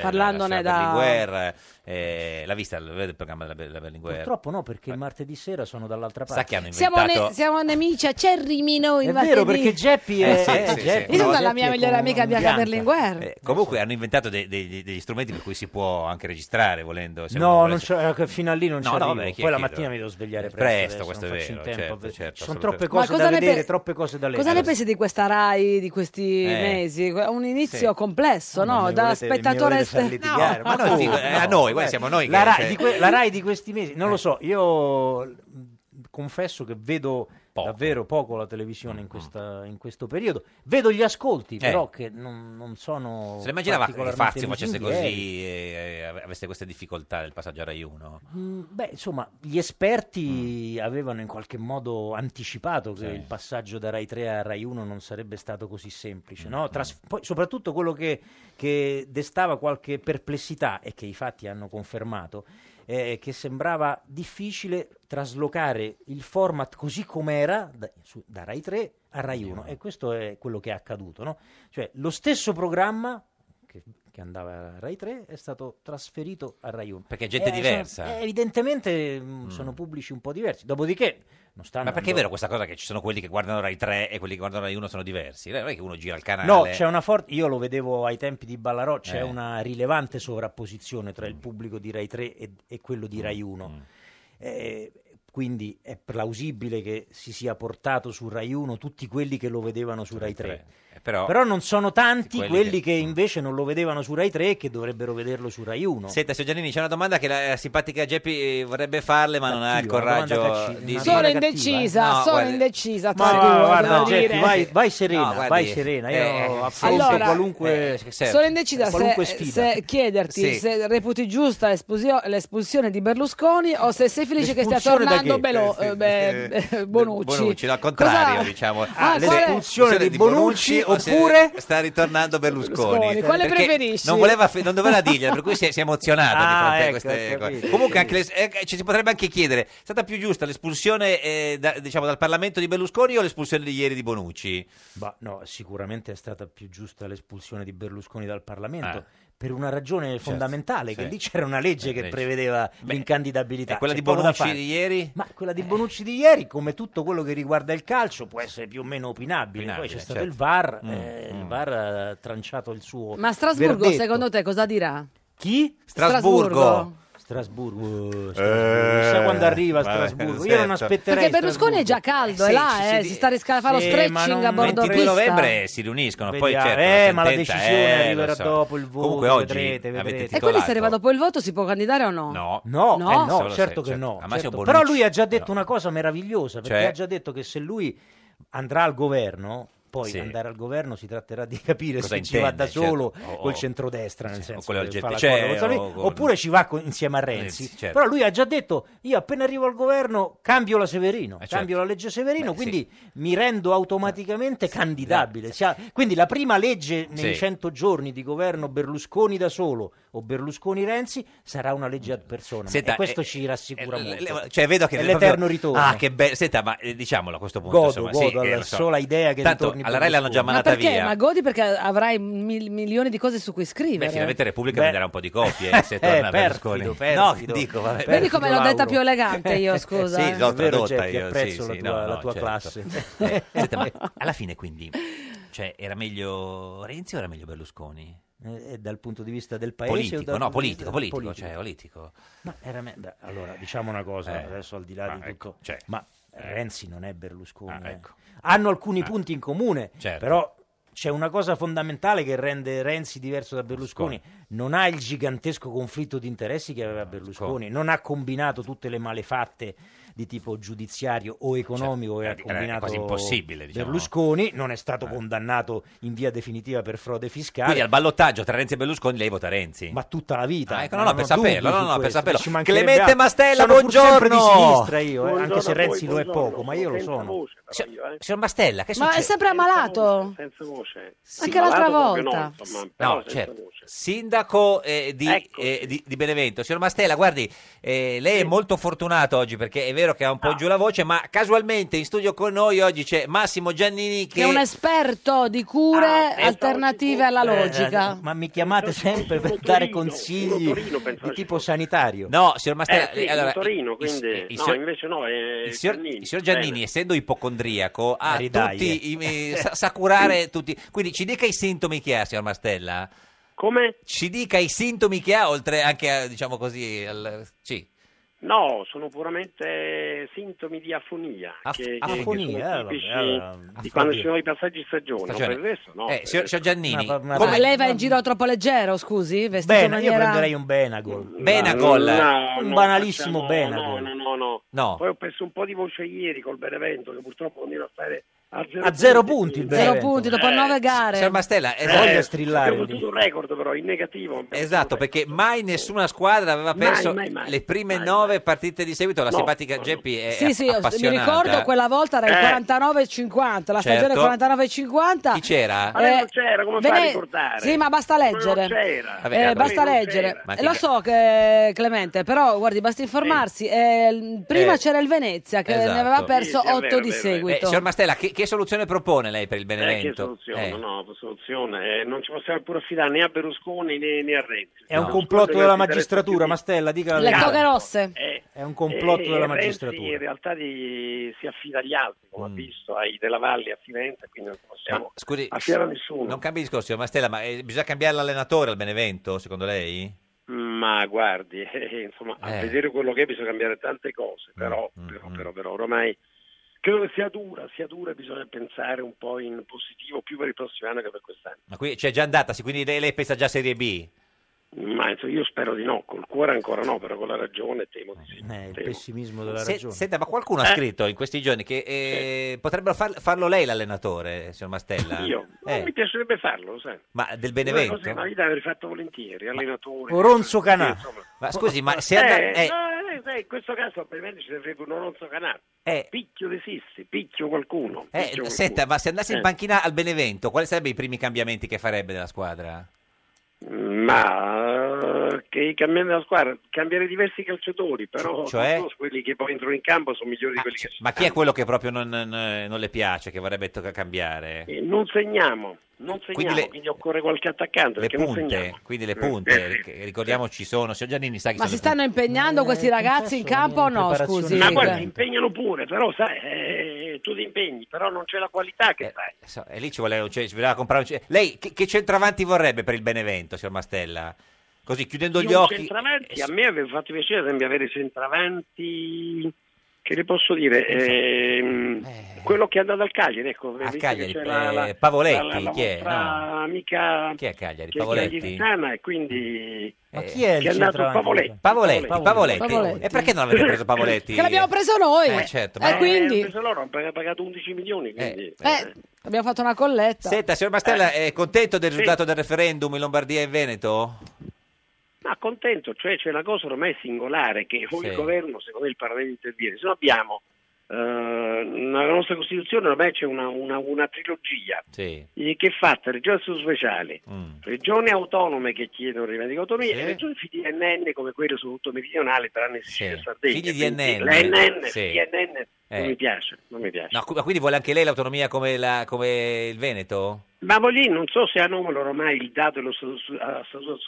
la Parlandone da- Berlinguer. eh, l'ha vista il, il programma della, Be- della Berlinguer? Purtroppo no, perché il martedì sera sono dall'altra eh. Sa parte. che hanno Siamo, inventato... ne- siamo nemici acerrimi noi. È martedì. vero, perché Geppi è- Eh, sì, è sì, Geppi. sì. Io sono No, dalla Geppi mia è migliore come amica un Bianca pianta. Berlinguer. Eh, comunque hanno inventato dei- dei- degli strumenti per cui si può anche registrare volendo. se uno No, non volesse. c'è- fino a lì non No, c'è no, vabbè, chi- Poi la chi- mattina mi devo svegliare presto. Eh, Presto, adesso, questo non è faccio in vero, tempo. certo, certo, sono troppe assolutamente. cose Ma da cosa ne vedere, pe- troppe cose da Cosa leggere. ne pensi di questa Rai di questi Eh. mesi? Un inizio Sì. complesso, no? Mi da volete- mi spettatore volete far esterno. litigare? ma noi figo- eh, a noi, guarda, siamo noi Oh, la che- Rai, cioè- Eh. di que- la Rai di questi mesi, non lo so, io mh, confesso che vedo davvero poco la Mm, televisione in, questa- in questo periodo. Vedo gli ascolti, però che non, non sono Eh. Se le immaginava che particolarmente Fazio facesse lusinghieri. così e eh, avesse queste difficoltà del passaggio a Rai 1? Mm, Beh, insomma, gli esperti avevano in qualche modo anticipato che Sì. il passaggio da Rai 3 a Rai 1 non sarebbe stato così semplice, no? Tras- poi, soprattutto quello che, che destava qualche perplessità e che i fatti hanno confermato è che sembrava difficile traslocare il format così com'era da, su- da Rai 3 a Rai 1 e questo è quello che è accaduto, no? Cioè, lo stesso programma che, che andava a Rai 3 è stato trasferito a Rai 1 Perché è gente sono- diversa. Mm. eh, evidentemente mh, sono pubblici un po' diversi. Dopodiché, non stanno. Ma perché è andando- vero questa cosa che ci sono quelli che guardano Rai 3 e quelli che guardano Rai 1 sono diversi? Eh, Non è che uno gira il canale. No, c'è una forte. Io lo vedevo ai tempi di Ballarò. C'è Eh. Mm. una rilevante sovrapposizione tra il pubblico di Rai 3 e, e quello di Rai 1. Eh, quindi è plausibile che si sia portato su Rai 1 tutti quelli che lo vedevano su Rai 3. Eh, però- Però non sono tanti Quelli quelli, che- Mm. che... invece non lo vedevano su Rai 3 e che dovrebbero vederlo su Rai 1. Senta, signor Giannini, c'è una domanda che la simpatica Geppi eh, vorrebbe farle, ma non ha il Cattiva, una domanda coraggio cacci- di una eh? Sono dire. indecisa, No, sono guardi- indecisa tra Ma i due, guarda, devo Geppi, dire. vai, vai serena, No, guardi, vai serena. Io eh, affronto Allora, qualunque, Sono indecisa certo. qualunque se, sfida. se chiederti Sì. se reputi giusta l'espusio- l'espulsione di Berlusconi o se sei felice che stia L'espulsione da tornando chi? Belo- eh, beh, eh, Bonucci. Bonucci, no, al contrario, Cosa- diciamo. Ah, Ah, quale- l'espulsione L'espulsione di Bonucci, se oppure- sta ritornando Berlusconi. Berlusconi, quale Perché preferisci? Non voleva, fe- non doveva dirgliela, per cui si è, si è emozionata di Ah, fronte a ecco, queste ho capito. cose. Comunque anche le- eh, ci si potrebbe anche chiedere, è stata più giusta l'espulsione eh, da- diciamo, dal Parlamento di Berlusconi o l'espulsione di ieri di Bonucci? Ma no, sicuramente è stata più giusta l'espulsione di Berlusconi dal Parlamento Ah. per una ragione Certo, fondamentale, sì. che lì c'era una legge Eh, che legge. prevedeva l'incandidabilità. e quella C'è di poco da Bonucci fare. di ieri? Eh. Ma quella di Bonucci di ieri, come tutto quello che riguarda il calcio, può essere più o meno opinabile. Poi c'è Opinabile, stato certo. il VAR, Mm, eh, il VAR ha tranciato il suo Ma Strasburgo, verdetto. secondo te, cosa dirà? Chi? Strasburgo. Strasburgo. Strasburgo. Chissà quando arriva Eh, vabbè, Strasburgo. Io non certo. aspetterei. Perché Berlusconi è già caldo, Eh è sì, là, ci eh, si si, di- sta risca- fa lo Sì, ma stretching a non- bordo 22 pista. novembre si riuniscono, Vediamo. poi certo, Eh, ma la sentenza, decisione eh, lo arriverà so. dopo il voto, Comunque oggi vedrete, avete vedrete. E quindi se titolato- arriva dopo il voto si può candidare o no? No, No? No, eh no, Eh, solo se- certo che certo. no. Ah, ma certo. siamo Però Bonucci. lui ha già detto una cosa meravigliosa, perché Cioè? ha già detto che se lui andrà al governo, poi Sì. andare al governo si tratterà di capire Cosa se ci va intende, da solo certo. O- o- col centrodestra, nel sì, o senso quello che del fa la GPC, cosa con Cioè, o Salvini, con- oppure ci va con- insieme a Renzi. Renzi, certo. Però lui ha già detto, io appena arrivo al governo cambio la Severino, certo. cambio la legge Severino, Beh, quindi mi rendo automaticamente candidabile. Sia- quindi la prima legge nei Sì. 100 giorni di governo Berlusconi da solo o Berlusconi-Renzi sarà una legge ad persona. Senta, e questo eh, ci rassicura molto. Le- Cioè, vedo che è proprio- l'eterno ritorno. Ah, che bello. Senta, ma eh, diciamolo a questo punto. Godo, insomma, godo sì, eh, alla lo so. sola idea che Tanto ritorni alla Rai l'hanno già Ma mandata perché? via. Ma godi perché avrai mil- milioni di cose su cui scrivere. Beh, finalmente Repubblica Beh. venderà un po' di copie eh, se Eh, torna perfido, Berlusconi. no, che perfido. dico, vabbè. Vedi come l'ho Lauro. detta più elegante io, scusa. Sì, eh. l'ho È vero, tradotta Geppi, io. apprezzo sì, la sì, tua- no, la no, tua certo. classe. Eh, senta, ma alla fine, quindi, cioè, era meglio Renzi o era meglio Berlusconi? Eh, eh, dal punto di vista del paese o Politico, dal no, punto di politico, politico, vista- cioè, politico. Ma era me- beh, allora, diciamo una cosa, Eh, adesso al di là di ma ecco, tutto, cioè, ma Renzi non è Berlusconi. Ah, eh. ecco. Hanno alcuni Ah, punti in comune, certo. però c'è una cosa fondamentale che rende Renzi diverso da Berlusconi. Non ha il gigantesco conflitto di interessi che Ah, aveva Berlusconi, non ha combinato tutte le malefatte di tipo giudiziario o Certo. economico era- che ha era combinato Eh, quasi impossibile, diciamo. Eh. Berlusconi, non è stato condannato in via definitiva per frode fiscale. Quindi al ballottaggio tra Renzi e Berlusconi lei vota Renzi. Ma tutta la vita. Ah, ecco, no, ma no, per non ho dubbi saperlo, su no, no, per questo, saperlo. ci mancherebbe Clemente altro. Mastella, Sono pur sempre buongiorno! di sinistra io, eh, anche se Buongiorno a voi, Renzi lo è buongiorno, poco, ma io lo senza sono. voce, però io, eh. Signor Mastella, che Ma è succede? sempre ammalato. Senza voce, c'è. Anche l'altra Malato proprio volta. No, insomma, però No, senza certo. Sindaco eh, di, Ecco. eh, di- di Benevento. Signor Mastella, guardi, eh, lei è molto fortunato oggi perché è vero che ha un Ah. po' giù la voce, ma casualmente in studio con noi oggi c'è Massimo Giannini Che è un che... esperto di cure alternative alla Eh, logica. ma mi chiamate sempre per dare consigli di tipo sanitario. No, signor Mastella, Eh, sì, eh, allora, Torino, il- eh, quindi- il- il no, signor- Invece no, è il signor, il signor Giannini, essendo ipocondriaco, ha Ridaglie. tutti i- eh, sa, sa curare tutti. Quindi ci dica i sintomi che ha, signor Mastella. Come? Ci dica i sintomi che ha, oltre anche a, diciamo così, al, sì. No, sono puramente sintomi di afonia. Af- che, che- afonia, che eh, sono vabbè, tipici allora, di afonia. quando ci sono i passaggi stagione. ma Stagione. Per il resto, no. Eh, signor, signor Giannini, eh, Ma lei va in giro troppo leggero, scusi? Vestito in Bene, io maniera... prenderei un Benagol. Benagol. No, Mm. un no, banalissimo facciamo- Benagol. No, no, no, no. No. Poi ho perso un po' di voce ieri col Benevento, che purtroppo continua a stare a zero, A zero punti il Zero Benevento. punti dopo nove gare. signor Mastella, Eh, esatto. voglio strillare Abbiamo battuto un record però, in negativo. Esatto, perché mai nessuna squadra aveva Mai, perso mai, mai, le prime nove partite di seguito. La No, simpatica Geppi è Sì, sì, io mi appassionata. ricordo quella volta era il Eh. 49-50, la stagione Certo. 49-50. Chi c'era? Ma lei non Eh, c'era, come fa a Vene- ricordare? Sì, ma basta leggere. c'era. Vabbè, Eh, Ah, allora- basta Lei non leggere. c'era. Ma Eh, che Lo ca- so, che, eh, Clemente, però guardi, basta informarsi. Eh, l- prima Eh. c'era il Venezia che Esatto. ne aveva perso Sì, sì, è vero, 8 di è vero, è vero. Eh, seguito. signor Mastella, che, che soluzione propone lei per il Eh, che Benevento? soluzione? Eh, No, soluzione. Eh, non ci possiamo pure affidare né a Berlusconi né, né a Renzi. È No. un complotto della magistratura, Mastella, dica la Le verità. toghe rosse. Eh, È un complotto eh, della Renzi magistratura. in realtà di- si affida agli altri, come ha visto, ai Della Valle, a Firenze, quindi non possiamo Mm. Scusi, affidare a nessuno. non cambia discorso, signor Mastella, ma eh, bisogna cambiare l'allenatore al Benevento, secondo lei? Mm, Ma guardi, eh, insomma, a Eh. mm, vedere quello che è bisogna cambiare tante cose, però, però, però, però, ormai credo che sia dura, sia dura, bisogna pensare un po' in positivo più per il prossimo anno che per quest'anno. Ma qui c'è già andata, sì, quindi lei, lei pensa già a Serie B? Ma insomma, io spero di no, col cuore ancora no, però con la ragione temo di sì. Eh, il pessimismo della Se- ragione. senta, ma qualcuno ha Eh. scritto in questi giorni che eh, potrebbero far- farlo lei l'allenatore, signor Mastella? Io? Ma Eh, mi piacerebbe farlo, lo sai. ma del Una cosa che Benevento? la vita avrei fatto volentieri, allenatore. Oronzo Canà. Ma scusi, ma se Eh, andrà- eh, no, eh, sai, in questo caso probabilmente ci sarebbe un oronzo canale. Eh. Picchio desiste, picchio qualcuno. eh, picchio qualcuno. senta, ma se andasse in Eh. panchina al Benevento, quali sarebbero i primi cambiamenti che farebbe della squadra? Ma eh, che cambiando la squadra, cambiare diversi calciatori, però Cioè? Ah, non so se quelli che poi entrano in campo sono migliori di quelli che ci Ma chi è quello che proprio non, non- non le piace, che vorrebbe to- cambiare? Eh, non segniamo, non segniamo, Quindi quindi, le- occorre qualche attaccante Le perché non segniamo. Eh, punte, quindi le punte, che- ricordiamoci sono. Signor Giannini sa che Ma sono si le punte. stanno impegnando questi ragazzi in campo o no? preparazione Scusi. Ma guarda, si impegnano pure, però sai, eh, tu ti impegni, però non c'è la qualità Eh, che fai. So, E lì ci voleva, cioè, ci voleva comprare un ce- Lei che, che centravanti vorrebbe per il Benevento, signor Mastella? Così, chiudendo gli Io un occhi... eh, centravanti, a me aveva fatto piacere ad esempio, avere centravanti che le posso dire ehm, quello che è andato al Cagliari ecco avete visto che Eh. Cagliari, c'è la- eh, la- Pavoletti, la- la chi è? vostra amica Chi è Cagliari? che- Pavoletti? che è irisana e quindi Eh, Ma chi è il che è andato centravanti? Pavoletti Pavoletti, Pavoletti. Pavoletti. E perché non avete preso Pavoletti? Che l'abbiamo preso noi. Eh, certo, Eh, ma- quindi Eh, penso loro hanno pag- pagato 11 milioni quindi Eh. eh, abbiamo fatto una colletta. Senta, signor Mastella, è contento del risultato del referendum in Lombardia e in Veneto? ma contento cioè c'è una cosa ormai singolare che o il Sì. governo secondo me il Parlamento interviene se no abbiamo eh, nella nostra Costituzione ormai c'è una- una- una trilogia Sì. eh, che è fatta regioni speciali, Mm. regioni autonome che chiedono rivendico autonomia e regioni figli di NN come quelle soprattutto meridionali tranne Sicilia e Sardegna. Figli di Quindi NN, La NN, sì. figli di NN Eh. non mi piace, non mi piace. No, cu- ma quindi vuole anche lei l'autonomia come, la- come il Veneto? Ma Voglini non so se anomalo ormai il dato dello ah, statuto, statuto,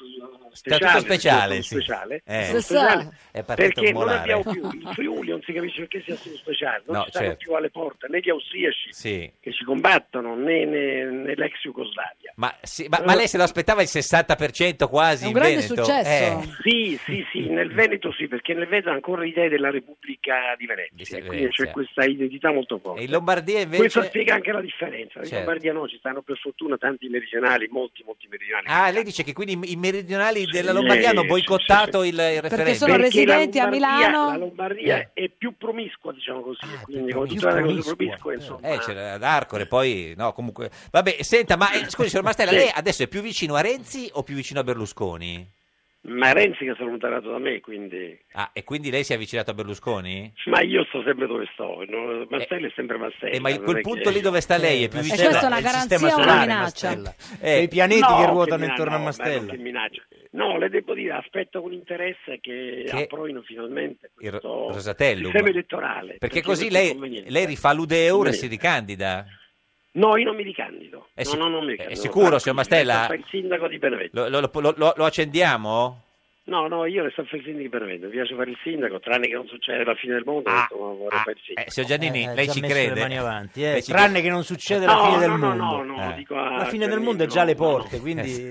Statuto Cioè, speciale, dello statuto sì. speciale, Eh. statuto Si speciale, sa. È partito perché un non molare. abbiamo più il Friuli, non si capisce perché sia statuto speciale, non No, ci stanno certo. più alle porte né gli austriaci Sì. che ci combattono né, né- né l'ex Jugoslavia. Ma, sì, ma, ma lei se lo aspettava il 60% quasi È un in grande Veneto? successo. Eh, Sì, sì, sì, nel Veneto sì, perché nel Veneto ha ancora l'idea della Repubblica di Venezia, e quindi Venezia. c'è questa identità molto forte. E in Lombardia invece- Questo spiega anche la differenza, in Certo. Lombardia no, ci stanno per fortuna tanti meridionali, molti, molti meridionali. Ah, lei dice che quindi i- i meridionali della Sì, Lombardia hanno sì, boicottato sì, sì. il, il referendum? sono residenti la a Lombardia- Milano. La Lombardia Eh. Ah, è più promiscua, diciamo così, quindi più come tutte le cose promiscua, promiscue, insomma. Eh, c'era ad Arcore, poi no, comunque. Vabbè, senta, ma eh, scusi, signor Mastella, Sì. lei adesso è più vicino a Renzi o più vicino a Berlusconi? ma è Renzi che si è allontanato da me, quindi... Ah, e quindi lei si è avvicinato a Berlusconi? Ma io sto sempre dove sto, no? Mastella è sempre Mastella. Eh, ma non quel è punto che- lì dove sta lei è più Eh, vicino e questa è una al garanzia sistema o una solare, minaccia? Mastella. Eh, E i pianeti No, che ruotano mina- intorno a no, ma Mastella. che minaccia. No, le devo dire, aspetto con interesse che, Che- approvino finalmente il questo Ro- Rosatellum. sistema elettorale. Perché, così questo è lei, conveniente. lei rifà l'Udeur e Sì. si ricandida. No, io non mi ricandido. no, È Eh, sic- no, non mi ricandido. È sicuro, Guarda, signor io Mastella? sono il sindaco di Benevento. Lo, lo- lo- lo- lo accendiamo? No, no, io resto a fare il sindaco di Benevento. Mi piace fare il sindaco, tranne che non succede la fine del mondo. insomma, vorrei fare il sindaco. Ah, Eh, signor Giannini, Eh, ha lei già ci messo crede? le mani avanti, eh. Lei ci tranne crede? che non succede la No, fine del no, no, mondo. no, no, Eh. dico a la fine del Giannini, mondo è no, già alle no, no. porte, quindi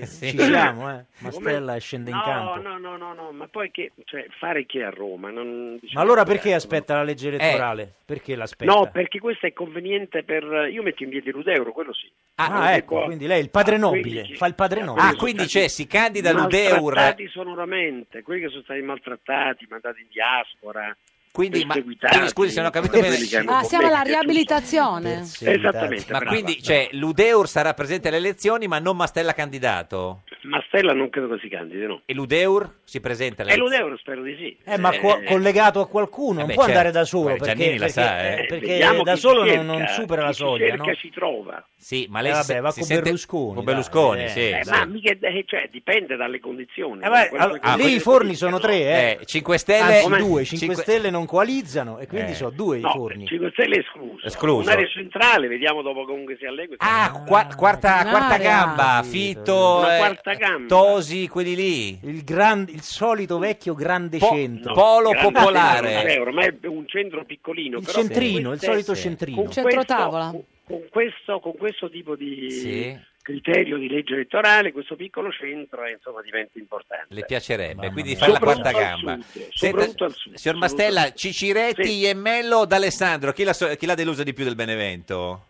Eh, sì. ci siamo. Eh. Come- Mastella scende in no, campo. No, no, no, no, ma poi che cioè, fare che a Roma? Non, diciamo Ma allora perché aspetta la Eh. legge elettorale? Perché l'aspetta? No, perché questo è conveniente per... Io metto in piedi l'Udeuro, quello sì. Ah, Lo ecco, dico- quindi lei è il padre Ah, nobile, quindi- fa il padre Ah, nobile. quelli sono stati l'Udeur. Maltrattati sonoramente, quelli che sono stati maltrattati, mandati in diaspora, Quindi, ma- perseguitati. quindi, scusi, se non ho capito bene- quelli che hanno Ah, siamo alla commesso- riabilitazione. Esattamente, Ma brava. quindi cioè, l'Udeur sarà presente alle elezioni, ma non Mastella candidato? Mastella non credo che si candidi, no. E l'Udeur si presenta alle E l'Udeuro spero di sì. Eh, ma co- collegato a qualcuno, non beh, può andare certo. da solo, Guarda, perché, Giannini la perché- sa, eh. perché Vediamo da chi solo cerca, non, non supera la chi si soglia, cerca no? si trova. Sì, ma lei Eh, si vabbè, se- va si con sente- Berlusconi, con dai, Berlusconi, eh. sì. Eh, sì. ma mica, eh, cioè, dipende dalle condizioni. Eh, vai, Quello allora, che- lì i forni sono tre, eh. Eh, 5 Stelle- Anzi, due, 5 Cinque- Stelle non coalizzano e quindi Eh. sono due i No, forni. 5 Stelle escluso. Escluso. Un'area centrale, vediamo dopo comunque si allego. Ah, qua- quarta, quarta ah, gamba, Fito, Una eh, quarta gamba. Tosi, quelli lì. Il, gran- il solito vecchio grande Po- centro. no, Polo Grande popolare. centro, non è, Ormai è un centro piccolino. Il però centrino, con il solito queste- centrino. con Il centrotavola. questo- Con questo, con questo tipo di Sì. criterio di legge elettorale, questo piccolo centro eh, insomma, diventa importante. Le piacerebbe, quindi fare la Soprattutto quarta al gamba. sud, Senta, soprattutto al sud, signor soprattutto al Mastella, sud. Ciciretti, Sì. Iemmello, D'Alessandro, chi l'ha, so- chi l'ha deluso di più del Benevento?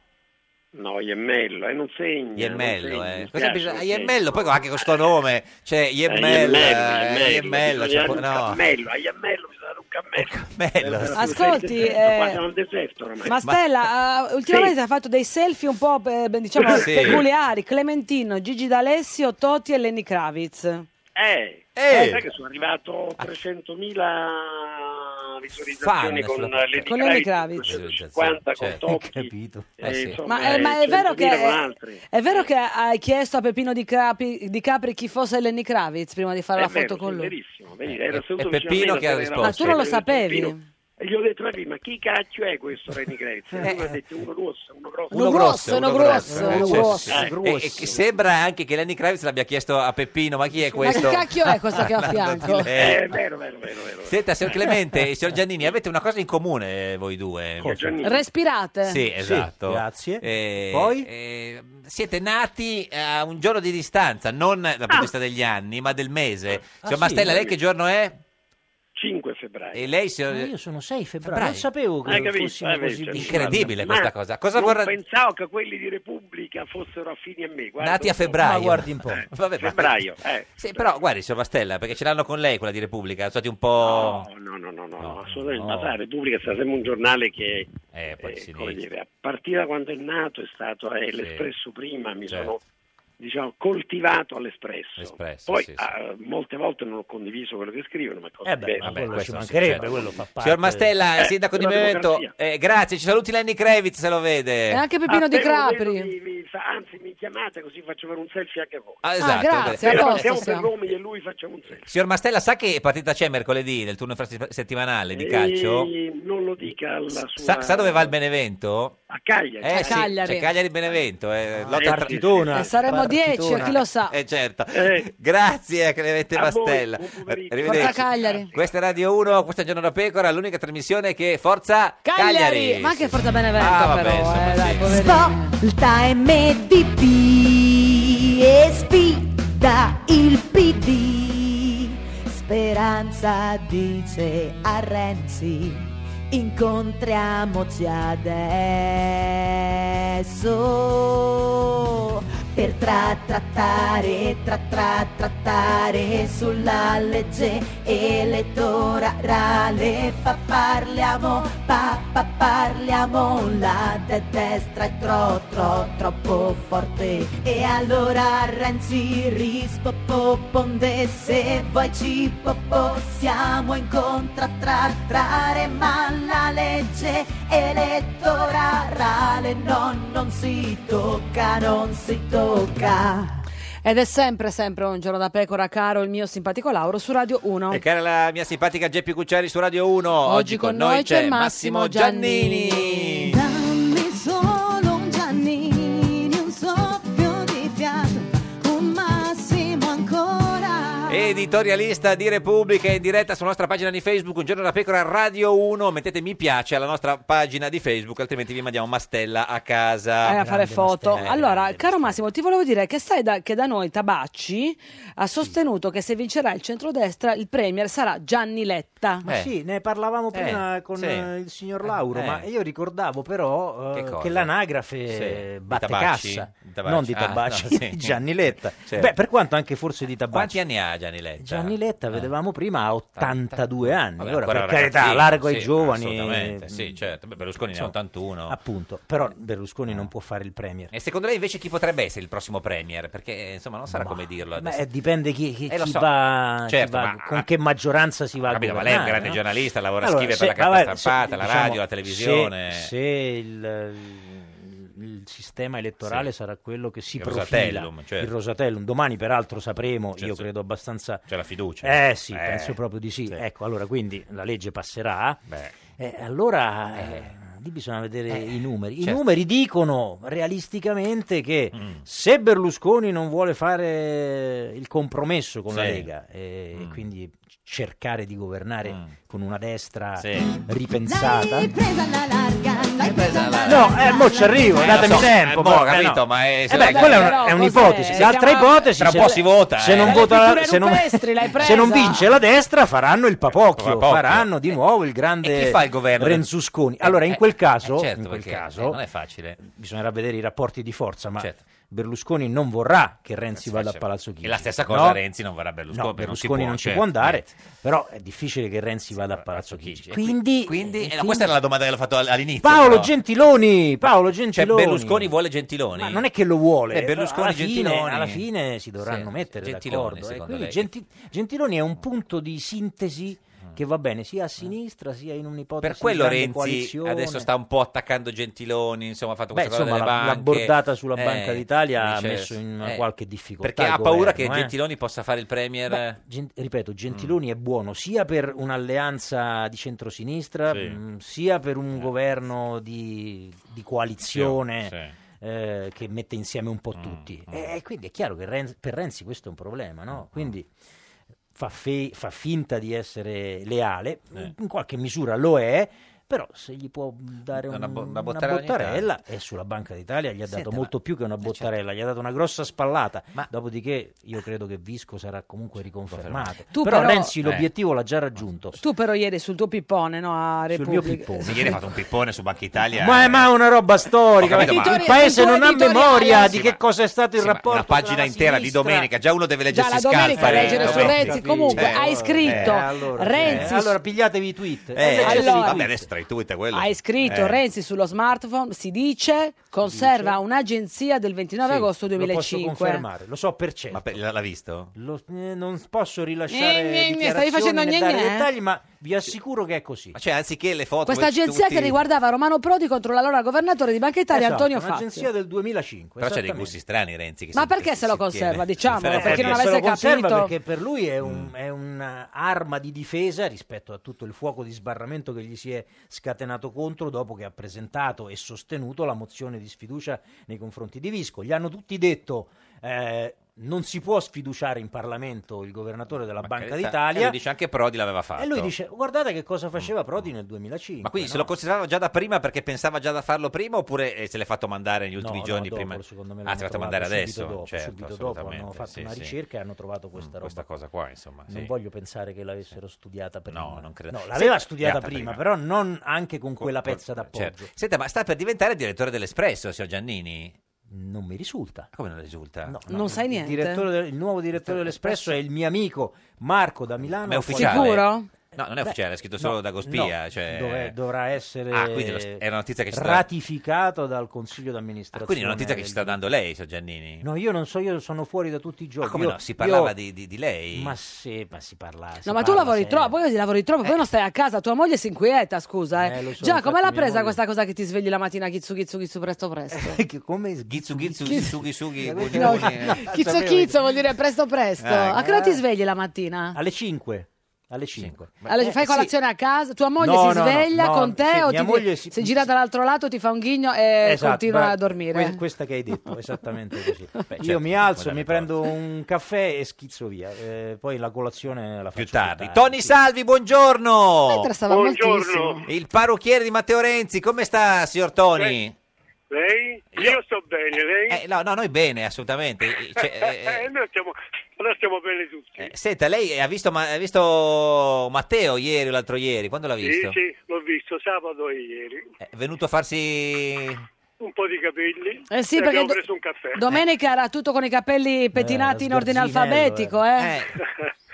No, Iemmello, eh, non segna. Iemmello, non segna, eh. mi Cosa spiace, Eh, bisogna- non Iemmello, poi anche con sto nome, cioè Iemmello, eh, Iemmello, cioè, po- no. Iemmello, a Iemmello bisogna dare un cammello. Bello. Ascolti, Deserto, eh, qua siamo al deserto ormai. Ma Stella, eh, ultimamente ha fatto dei selfie un po' eh, beh, diciamo, Sì. peculiari. Clementino, Gigi D'Alessio, Totti e Lenny Kravitz. Eh, Eh. sai che sono arrivato Ah. 300.000 visualizzazioni Fan con sulla- Lenny Con Lenny Kravitz, Kravitz. 250 con Certo. Tocchi. Capito. eh, sì. insomma, Ma, eh, ma è, vero 100.000 con che, altri. è vero che hai chiesto a Peppino di, Crapi- di Capri chi fosse Lenny Kravitz prima di fare È la foto vero, con lui? verissimo, vedi, era e- seduto vicino a e Eh, Peppino me, che ha era- risposto? Ma tu non lo Peppino, sapevi? E gli ho detto a prima, chi cacchio è questo Lenny Kravitz? E lui ha detto uno grosso, uno grosso. Uno grosso, uno grosso, uno sì, grosso, Eh, cioè, sì, uno sì. grosso. E- e che sembra anche che Lenny Kravitz l'abbia chiesto a Peppino, ma chi è Ma che questo? cacchio è questo che ho a fianco? di lei. Eh, è vero, vero, vero, vero. Senta, signor Clemente e signor Giannini, avete una cosa in comune eh, voi due. Respirate. Sì, esatto. grazie. Eh, Poi? eh, siete nati a un giorno di distanza, non dal Ah. punto di vista degli anni, ma del mese. signor Ah, sì? Mastella, lei che giorno è? 5 febbraio. E lei, signor- Eh, Ma Ah, Eh, io sono 6 febbraio, Febbraio. non sapevo che Hai capito, fossimo hai così visto? vicini. Incredibile Ma questa cosa. Cosa non vorrà- pensavo che quelli di Repubblica fossero affini a me. guarda Nati a un po'. febbraio. Ma guardi un po'. Vabbè, ma- Febbraio, eh. Sì, però guardi, signor Mastella, perché ce l'hanno con lei quella di Repubblica, sono stati un No, po'... no, no, no, no, assolutamente. no. Ma sai, Repubblica è stato sempre un giornale che, Eh, poi di eh, come sinistra. dire, a partire da quando è nato è stato eh, Sì. l'Espresso prima, mi Certo. sono diciamo, coltivato all'Espresso. Espresso, Poi sì, sì. ah, molte volte non ho condiviso quello che scrivono, ma cosa Eh beh, diversa. ma Vabbè, quello ci questo mancherebbe, certo. quello fa parte. Signor Mastella, Eh, sindaco di della Benevento, democrazia. Ah, eh, grazie, ci saluti Lenny Kravitz se lo vede. Eh. E anche Peppino di Appena lo vedo, Capri. mi- mi fa- anzi, mi chiamate così faccio fare un selfie anche a voi. Ah, Ah, grazie, a Però posto siamo per siamo. Romini e lui facciamo un selfie. Signor Mastella, sa che partita c'è mercoledì nel turno infrasettimanale di calcio? E non lo dica alla sua... Sa, sa dove va il Benevento? A Cagliari. Ah, Eh A sì, Cagliari. c'è Cagliari-Benevento. Eh, lotta sì, tra- partitona. E saremo 10, chi lo sa. Eh, certo. Eh. Grazie Clemente A voi, Mastella. buon pomeriggio. Forza Arrivederci. Cagliari. Questa è Radio 1, questa è Giorno da Pecora, l'unica trasmissione che Forza Cagliari. Cagliari, ma anche Sì. Forza Benevento Ah, vabbè, però, insomma, eh, dai, sì. poverino. Svolta MDP e sfida il PD. Speranza dice a Renzi, incontriamoci adesso. per tra trattare, tra tra trattare sulla legge elettorale. Pa parliamo, pa, pa parliamo, la de destra è tro tro troppo forte. E allora Renzi rispoponde se voi ci possiamo incontrattare, ma la legge elettorale non, non si tocca, non si tocca. Ed è sempre, sempre un giorno da pecora, caro il mio simpatico Lauro su Radio 1. E cara la mia simpatica Geppi Cucciari su Radio 1. Oggi, con noi, c'è Massimo Giannini. Dammi solo un Giannini, un soffio di fiato, un Massimo ancora. Editorialista di Repubblica in diretta sulla nostra pagina di Facebook, un giorno da pecora Radio 1. Mettete mi piace alla nostra pagina di Facebook, altrimenti vi mandiamo Mastella a casa. Vai Eh, a fare foto. Eh, Allora, caro Massimo, ti volevo dire che sai da- che da noi Tabacci ha sostenuto che se vincerà il centrodestra il premier sarà Gianni Letta. Ma sì, ne parlavamo prima con sì. eh, il signor Lauro, Eh. ma io ricordavo però eh, Che che, cosa? l'anagrafe Sì, batte di Tabacci? cassa, Di Tabacci. non di Ah, Tabacci, no, sì. Gianni Letta. Certo. Beh, per quanto anche forse di Tabacci. Quanti anni ha Gianni Letta? Gianni Letta, vedevamo prima, ha 82 anni. Eh. Vabbè, Ora, ancora per carità, ragazzino, largo ai sì, giovani. mm. Assolutamente, sì, certo. Beh, Berlusconi ne ha Insomma, 81. Appunto, Eh. però Berlusconi non può fare il premier. E secondo lei invece chi potrebbe essere il prossimo premier? Perché eh, insomma non sarà come dirlo adesso. Beh, dipende chi, chi- Eh, lo chi so. va, chi Certo, va- ma- con che maggioranza si va Capito, a ma lei è un grande governare, no? giornalista, lavora a Allora, scrivere se- per la carta vabbè, se- stampata, la diciamo, radio, la televisione. Se, se il, il sistema elettorale Sì. sarà quello che si Il profila, Rosatellum, certo. il Rosatellum, domani peraltro sapremo, io credo abbastanza... C'è la fiducia. Eh sì, Eh, penso proprio di sì. Ecco, allora quindi la legge passerà. Eh, allora eh, lì bisogna vedere i numeri. I certo. Mm. numeri dicono realisticamente che se Berlusconi non vuole fare il compromesso con la Sì. Mm. Lega e, e quindi cercare di governare con una destra Sì. ripensata. Presa alla larga, l'hai presa alla No, eh, mo ci arrivo, Eh, lo datemi so, tempo. eh, boh, mo, eh, capito, no. ma è- Eh se- beh, dai, quella è, però, una- è cos'è? un'ipotesi. Si L'altra chiama- ipotesi, Tra se- un po' si vota, Se eh. non Dalle vota, la- pitture se non, rupestri l'hai se non presa. vince la destra, faranno il papocchio, Papocchio. Eh. faranno di nuovo il grande E chi fa il governo? Renzusconi. Allora, in quel caso, Eh, certo, in quel perché, caso eh, non è facile. bisognerà vedere i rapporti di forza, ma Certo. Berlusconi non vorrà che Renzi vada a Palazzo Chigi. E certo. la stessa cosa no? Renzi non vorrà Berlusconi. No, non si Berlusconi può, non ci certo, può andare, però è difficile che Renzi vada a Palazzo Chigi. Quindi, Quindi, eh, no, quindi- questa era la domanda che l'ho fatto all- all'inizio. Paolo però. Gentiloni, Paolo Cioè, Gentiloni. Berlusconi vuole Gentiloni. Ma non è che lo vuole, Eh, Berlusconi, alla fine, Gentiloni. alla fine si dovranno Sì, mettere Gentiloni, d'accordo. eh. secondo Quindi lei. Genti- Gentiloni è un punto di sintesi che va bene sia a sinistra sia in un'ipotesi Mm. Per di quello grande Renzi coalizione. adesso sta un po' attaccando Gentiloni, insomma ha fatto Beh, questa cosa insomma, delle la- la banche. Eh, bordata sulla Banca d'Italia ha dice- eh, messo in qualche difficoltà Perché il ha paura governo, che eh. Gentiloni possa fare il premier... Beh, Gen- ripeto, Gentiloni Mm. è buono sia per un'alleanza di centrosinistra, Sì. Eh. mh, sia per un governo di, di coalizione eh, che mette insieme un Mm, po' tutti. E, e quindi è chiaro che Renzi- per Renzi questo è un problema, Mm, no? Quindi fa, fe- fa finta di essere leale, Eh. in qualche misura lo è. Però se gli può dare un- Una una, bo- una bottarella bottarella, ogni tanto. e sulla Banca d'Italia gli ha Senta, dato ma- molto più eh, che una certo. bottarella, gli ha dato una grossa spallata. Dopodiché io credo che Visco sarà comunque riconfermato. Certo, Tu però, però- Renzi Eh. l'obiettivo l'ha già raggiunto. Tu però ieri sul tuo pippone, no, a Sul Repubblica. mio pippone. Sì, ieri ha fatto un pippone su Banca Italia. Ma è ma è una roba storica. Ho capito, perché ma- Il paese non ha Editoriale, memoria di eh, sì, che ma- cosa è stato il rapporto. Una pagina intera di sinistra. domenica, già uno deve Già, leggersi la domenica Scalfari. eh, leggere su Domenica. Renzi, comunque, Certo. hai scritto, allora, Renzi- eh, allora pigliatevi i tweet. Eh, Eh, allora- allora- vabbè, adesso tra i tweet è quello. Hai scritto Eh. Renzi sullo smartphone, si dice, conserva un'agenzia del 29 Sì, agosto Lo posso 2005. confermare, lo so per certo. Ma per- l'ha l'ha visto? Lo- eh, non posso rilasciare Gne, gne, gne, dichiarazioni stavi facendo né gne, dare gne, eh? dettagli, ma vi assicuro che è così. Ma cioè, anziché le foto... Questa tutti- agenzia che riguardava Romano Prodi contro l'allora governatore di Banca Italia Esatto, Antonio un'agenzia Fazio. del 2005. Però c'ha dei esattamente. gusti strani Renzi. Che Ma si- perché se lo conserva, tiene. diciamolo, Eh, per chi Diciamo, non Se avesse lo conserva capito. perché per lui è, un- è un'arma di difesa rispetto a tutto il fuoco di sbarramento che gli si è scatenato contro dopo che ha presentato e sostenuto la mozione di sfiducia nei confronti di Visco. Gli hanno tutti detto eh, non si può sfiduciare in Parlamento il governatore della Banca Carità. E d'Italia. lui dice anche Prodi l'aveva cioè, fatto. E lui dice, guardate che cosa faceva Prodi nel 2005. Ma quindi se no? lo considerava già da prima perché pensava già da farlo prima oppure eh, se l'è fatto mandare negli ultimi No, no, giorni dopo, prima? secondo me ah, l'hanno si è fatto trovato mandare subito adesso, dopo, certo, subito dopo hanno assolutamente, fatto sì, una sì. Mm, ricerca e hanno trovato questa roba. Questa cosa qua, insomma, Non sì. voglio pensare che l'avessero studiata prima. No, non credo. l'aveva Sì, studiata studiata prima, prima. però non anche con quella Col- pezza d'appoggio. certo. Senta, ma sta per diventare direttore dell'Espresso, signor Giannini? Non mi risulta. Come non risulta? Non sai il niente? direttore del- il nuovo direttore dell'Espresso è il mio amico Marco da Milano. Ma è ufficiale? No, non è Beh, ufficiale, è scritto no, solo da Gospia. no, cioè- dov'è- dovrà essere Ah, quindi lo- è una notizia che ci sta... Ah, ratificato dal Consiglio d'amministrazione. Quindi è una notizia che ci sta del- dando lei, so Giannini. No, io non so, io sono fuori da tutti i giochi. come Io- no? Si parlava io- di, di- di lei. Ma sì, ma Eh, si parlava. No, ma tu lavori troppo, poi vedi, lavori troppo, poi non stai a casa, tua moglie si inquieta, scusa. Eh. lo so, Già, infatti come l'ha mia presa moglie- questa cosa che ti svegli la mattina, chizzu chizzu chizzu, presto presto? come Ghizzu, ghizzu, sughi, sughi, No, bugioni. no, chizzo Eh, sapevo- chizzo vuol dire presto presto. Ah, a che ora ti svegli la mattina? Alle 5. Alle 5. Allora, fai colazione a casa, tua moglie Eh, No, si no, no, sveglia no, con te sì, o mia ti moglie si- se gira dall'altro lato ti fa un ghigno e eh, continua a dormire. esatto. eh. questa che hai detto, esattamente così. certo, Io mi guarda alzo, mi le prendo un caffè e schizzo via. Eh, poi la colazione la faccio più tardi. Tony Salvi, buongiorno. interessava Buongiorno. moltissimo. Il parrucchiere di Matteo Renzi, come sta, signor Tony? Lei? Eh, Io, sto bene, lei? Eh, no, no, noi bene, assolutamente. Eh, cioè, eh, Eh, noi stiamo, noi stiamo bene tutti. Senta, lei ha visto, Ma- ha visto Matteo ieri o l'altro ieri? Quando l'ha visto? Sì, Eh. sì, l'ho visto sabato e ieri. È venuto a farsi... Un po' di capelli. Eh e sì, perché abbiamo do- preso un caffè. Domenica era tutto con i Eh, capelli pettinati in ordine alfabetico, eh.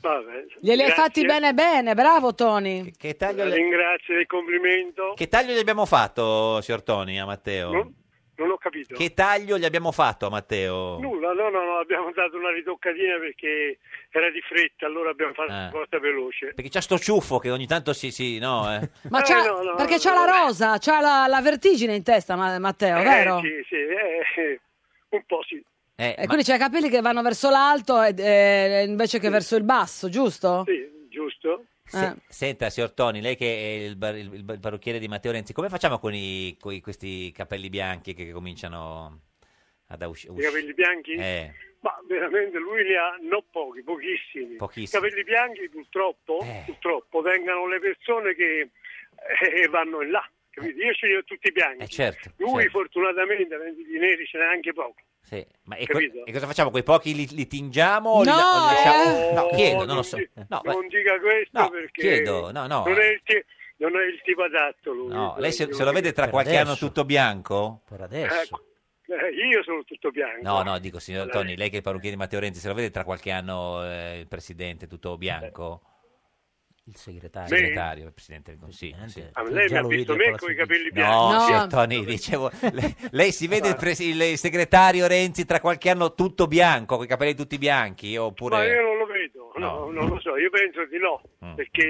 Vabbè. Glieli hai grazie. fatti bene bene, bravo Tony. Che La ringrazio del complimento. Che taglio gli abbiamo fatto, signor Tony, a Matteo? Non, non ho capito. Che taglio gli abbiamo fatto a Matteo? Nulla, no, no, no, abbiamo dato una ritoccatina perché era di fretta, allora abbiamo fatto Ah. una cosa veloce. Perché c'ha sto ciuffo che ogni tanto si... si no, eh. Ma Eh, c'ha, no, no, perché no, c'ha no. la rosa, c'ha la, la vertigine in testa, ma- Matteo, Eh, vero? Sì, sì, eh, un po' sì. Eh, E quindi c'è i capelli che vanno verso l'alto e, e- invece che verso il basso, giusto? Sì, giusto. Se- Eh. Senta, signor Toni, lei che è il, bar- il- il parrucchiere di Matteo Renzi, come facciamo con, i- coi- questi capelli bianchi che cominciano ad uscire? I capelli bianchi? Eh. Ma veramente lui ne ha non pochi, pochissimi. Pochissimi. Eh. I capelli bianchi purtroppo, purtroppo vengono le persone che eh, vanno in là. Capito? Io ce li ho tutti bianchi. Eh, certo, lui certo. fortunatamente avendo di neri ce n'è anche poco. Sì. Ma e, co- Capito. e cosa facciamo? Quei pochi li, li tingiamo? o li- No, o li lasciamo? eh. no, chiedo, non lo non so. di- No, ma- non dica questo no, perché chiedo, no, no. Non, è il ti- non è il tipo adatto lui. no, lei se, Io- se lo vede tra Per qualche adesso. anno tutto bianco? Per Ecco. Eh, io sono tutto bianco. No, no, dico signor Allora, eh. Toni, lei che è il parrucchiere di Matteo Renzi, se lo vede tra qualche anno eh, il presidente tutto bianco? Il segretario. Il segretario, il presidente del consiglio. sì. Ah, lei mi ha visto me con i capelli bianchi. No, signor Toni, dicevo, lei, lei si vede il, pres- il segretario Renzi tra qualche anno tutto bianco, con i capelli tutti bianchi, Ma io oppure... non lo vedo, no, No. non lo so, io penso di no, Mm. perché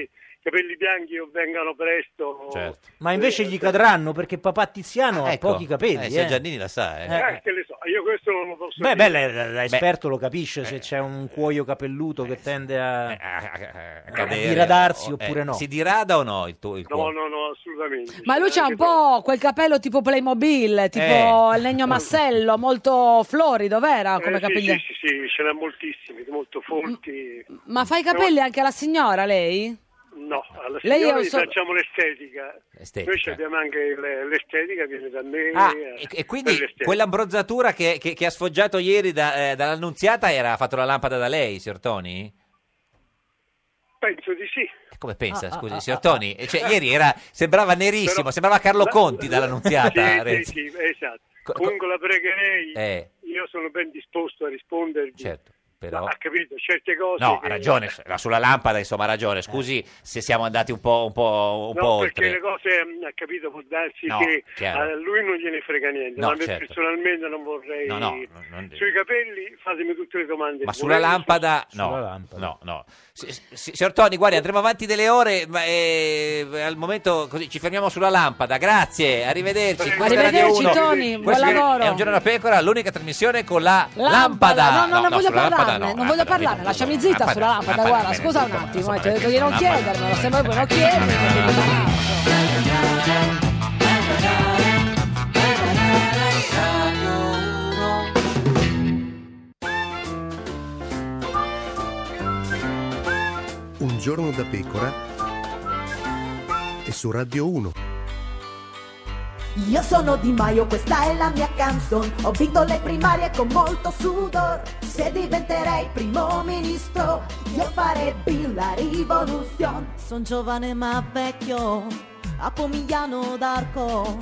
i capelli bianchi o vengano presto. Certo. Ma invece gli cadranno perché papà Tiziano Ah, ha ecco. pochi capelli. Eh, eh. signor Giannini la sa, eh. Eh, che le so, io questo non lo posso dire. Beh, beh, lei- lei- l'esperto lo capisce Eh. se c'è un cuoio capelluto che tende a, a Cadere, diradarsi o- oppure eh, no. Si dirada o no il tuo il eh, No, cuore? no, no, assolutamente. Ma lui c'ha un po' quel capello tipo Playmobil, tipo Eh. il legno massello, molto florido, vera? Eh, Come Ah, capelli. sì, sì, sì, sì, ce n'ha moltissimi, molto folti. Ma fa i capelli anche alla signora, lei? No, alla Lei è signora un gli so- facciamo l'estetica. Estetica. Noi ci abbiamo anche le- l'estetica, viene da me. Ah, eh, e, e quindi quell'estetica. quell'ambronzatura che, che- che ha sfoggiato ieri da- eh, dall'annunziata era fatto la lampada da lei, signor Toni? Penso di sì. Eh, Come pensa, Ah, ah, scusi, ah, signor ah, Toni? Eh, Cioè, ieri era, sembrava nerissimo, sembrava Carlo La- Conti dall'annunziata. Sì, Renzi. sì, sì, esatto. Co- co- Comunque la pregherei, Eh. io sono ben disposto a rispondervi. Certo, però... Ma ha capito, certe cose... No, ha che- ragione, cioè, era sulla lampada, insomma, ha ragione. Scusi se siamo andati un po', un po', un Eh. No, po' perché oltre. le cose, mh, ha capito, può darsi No, che chiaro. a lui non gliene frega niente, No, ma a me certo. personalmente non vorrei... No, no, non- non- Sui capelli fatemi tutte le domande. Ma sulla Volendo- lampada, no, Sulla no, no. Si- si- Signor Toni, guardi, andremo avanti delle ore, ma eh, al momento così ci fermiamo sulla lampada. Grazie, arrivederci. Questa è Radio Arrivederci, Uno. Toni, buon Questo è- lavoro. È un giorno da pecora, l'unica trasmissione con la lampada. No, no, non voglio sulla lampada parlarne, no, eh. non voglio lampada, parlarne, lasciami zitta lampada, sulla lampada, lampada, guarda, bene, scusa tutto, un attimo, insomma, eh, ti ho detto perché di non sulla lampada- chiedermelo, se voi non chiedermelo. Un giorno da pecora e su Radio 1. Io sono Di Maio, questa è la mia canzone. Ho vinto le primarie con molto sudor. Se diventerei primo ministro, io farebbe la rivoluzione. Son giovane ma vecchio, a Pomigliano d'Arco,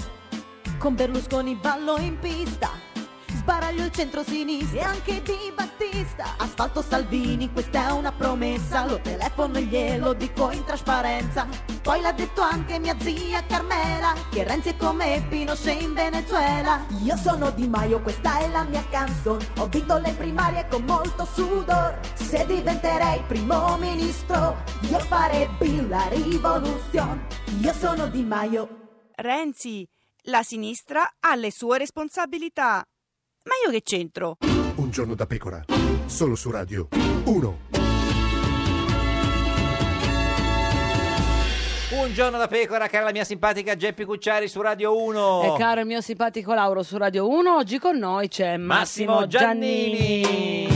con Berlusconi ballo in pista, Sbaraglio il centro-sinistra e anche Di Battista. Asfalto Salvini, questa è una promessa. Lo telefono e glielo dico in trasparenza. Poi l'ha detto anche mia zia Carmela, che Renzi è come Pinochet in Venezuela. Io sono Di Maio, questa è la mia canzone. Ho vinto le primarie con molto sudor. Se diventerei primo ministro, io farebbi la rivoluzione. Io sono Di Maio. Renzi, la sinistra ha le sue responsabilità. Ma io che c'entro? Un giorno da pecora, solo su Radio 1. Un giorno da pecora, cara la mia simpatica Geppi Cucciari su Radio 1. E Eh, caro il mio simpatico Lauro su Radio 1, oggi con noi c'è Massimo, Massimo Giannini.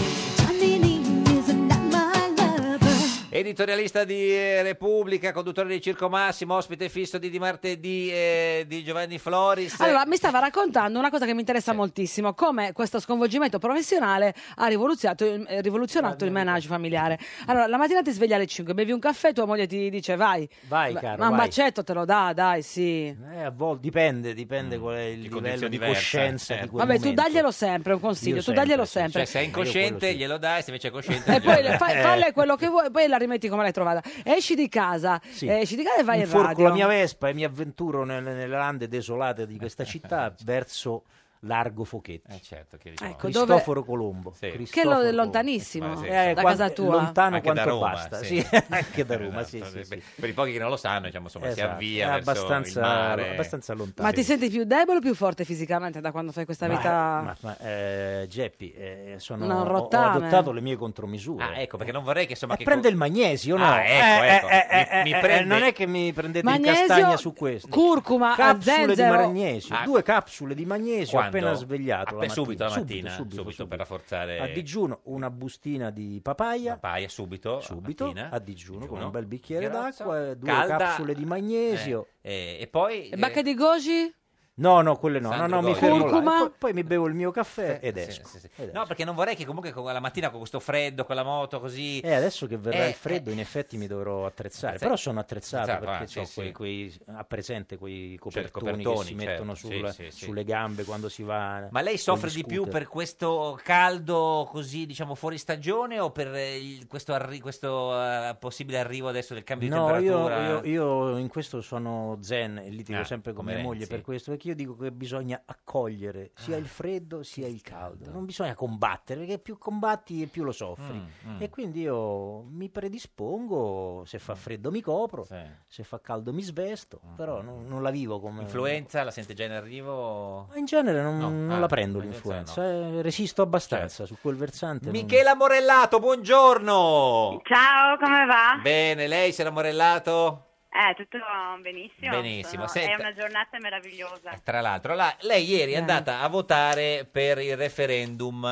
Editorialista di eh, Repubblica, conduttore di Circo Massimo, ospite fisso di Di Martedì eh, di Giovanni Floris. Allora, mi stava raccontando una cosa che mi interessa moltissimo, come questo sconvolgimento professionale ha rivoluzionato, eh, rivoluzionato il manage familiare. Allora, la mattina ti svegli alle 5, bevi un caffè, tua moglie ti dice vai. Vai, Ma- caro, Ma un vai. bacetto te lo dà, dai, sì. Eh, a volte dipende, dipende qual è il livello Mm, condizioni di diverse, coscienza di certo. quel Vabbè, tu momento. daglielo sempre, un consiglio, Io Eh, tu daglielo Cioè, sempre. se è incosciente glielo dai, se invece è cosciente E glielo poi dai. le fai, falle quello che vuoi, poi la rimetti come l'hai trovata. Esci di casa, Sì. eh, esci di casa e vai in Inforco radio. la mia Vespa e mi avventuro nel- nelle, lande desolate di questa città verso Largo Eh, Fochetti. certo, Ecco, dove- Cristoforo Colombo. Che Cristoforo lo Colombo. lontanissimo Eh, da quanto- casa tua. Lontano Anche quanto da Roma, basta. sì. Esatto, Sì, anche da Roma, sì, sì, sì. Per i pochi che non lo sanno, diciamo, insomma, si Esatto, avvia è verso abbastanza- il mare. abbastanza lontano. Ma ti senti più debole o più forte fisicamente da quando fai questa Ma- vita? Ma, ma, eh, Geppi, eh, sono- No, ho- ho, Ah, rottame. adottato le mie contromisure. Ah, ecco, perché non vorrei che insomma Ma che prende il magnesio, no? Ah, ecco, Eh, ecco. eh, eh, Mi- mi eh, eh, prende- Non è che mi prendete Magnesio, in castagna su questo. curcuma, capsule di azzenzero. magnesio, Ah. due capsule di magnesio Quando? appena svegliato. Appe- la subito la mattina. mattina, subito, subito per rafforzare- A digiuno una bustina di papaya. Eh, Papaya subito, Subito, mattina. a digiuno, Digiuno. con un bel bicchiere Ghiaccio. d'acqua, eh, due Calda. capsule di magnesio. Eh, e poi... E Bacche di goji? Eh. No, no, quelle no, no, Sandro no, mi Gold. fermo là. E Curcuma? Poi, poi mi bevo il mio caffè ed sì, esco. sì, sì. Ed No, perché non vorrei che comunque con- la mattina con questo freddo, con la moto così... E adesso che verrà Eh, il freddo, in effetti mi dovrò attrezzare. Però sono attrezzato Attrezzato, perché ah, sì, ho sì. quei, quei- a presente quei copertoni, copertoni, che si certo, mettono sì, sul- sì, sì. sulle gambe quando si va. Ma lei soffre di più per questo caldo così, diciamo, fuori stagione o per eh, il- questo, arri- questo, eh, possibile arrivo adesso del cambio di No, io, temperatura? io- io in questo sono zen e litigo Ah, sempre con come mia moglie Renzi. per questo, perché io dico che bisogna accogliere sia Ah, il freddo sia il caldo, non bisogna combattere, perché più combatti e più lo soffri. Mm, mm. E quindi io mi predispongo, se fa freddo mi copro, se fa caldo mi svesto, Mm, però non, non la vivo come... Influenza, la sente già in arrivo? Ma In genere non, No, non ah, la prendo ma in genere l'influenza, eh, resisto abbastanza Certo. su quel versante. non- Michela Morellato, buongiorno! Ciao, come va? Bene, lei si era morellato? Eh, tutto benissimo. Benissimo, Sono- senta. Eh. È una giornata meravigliosa. Tra l'altro, la- lei ieri è andata a votare per il referendum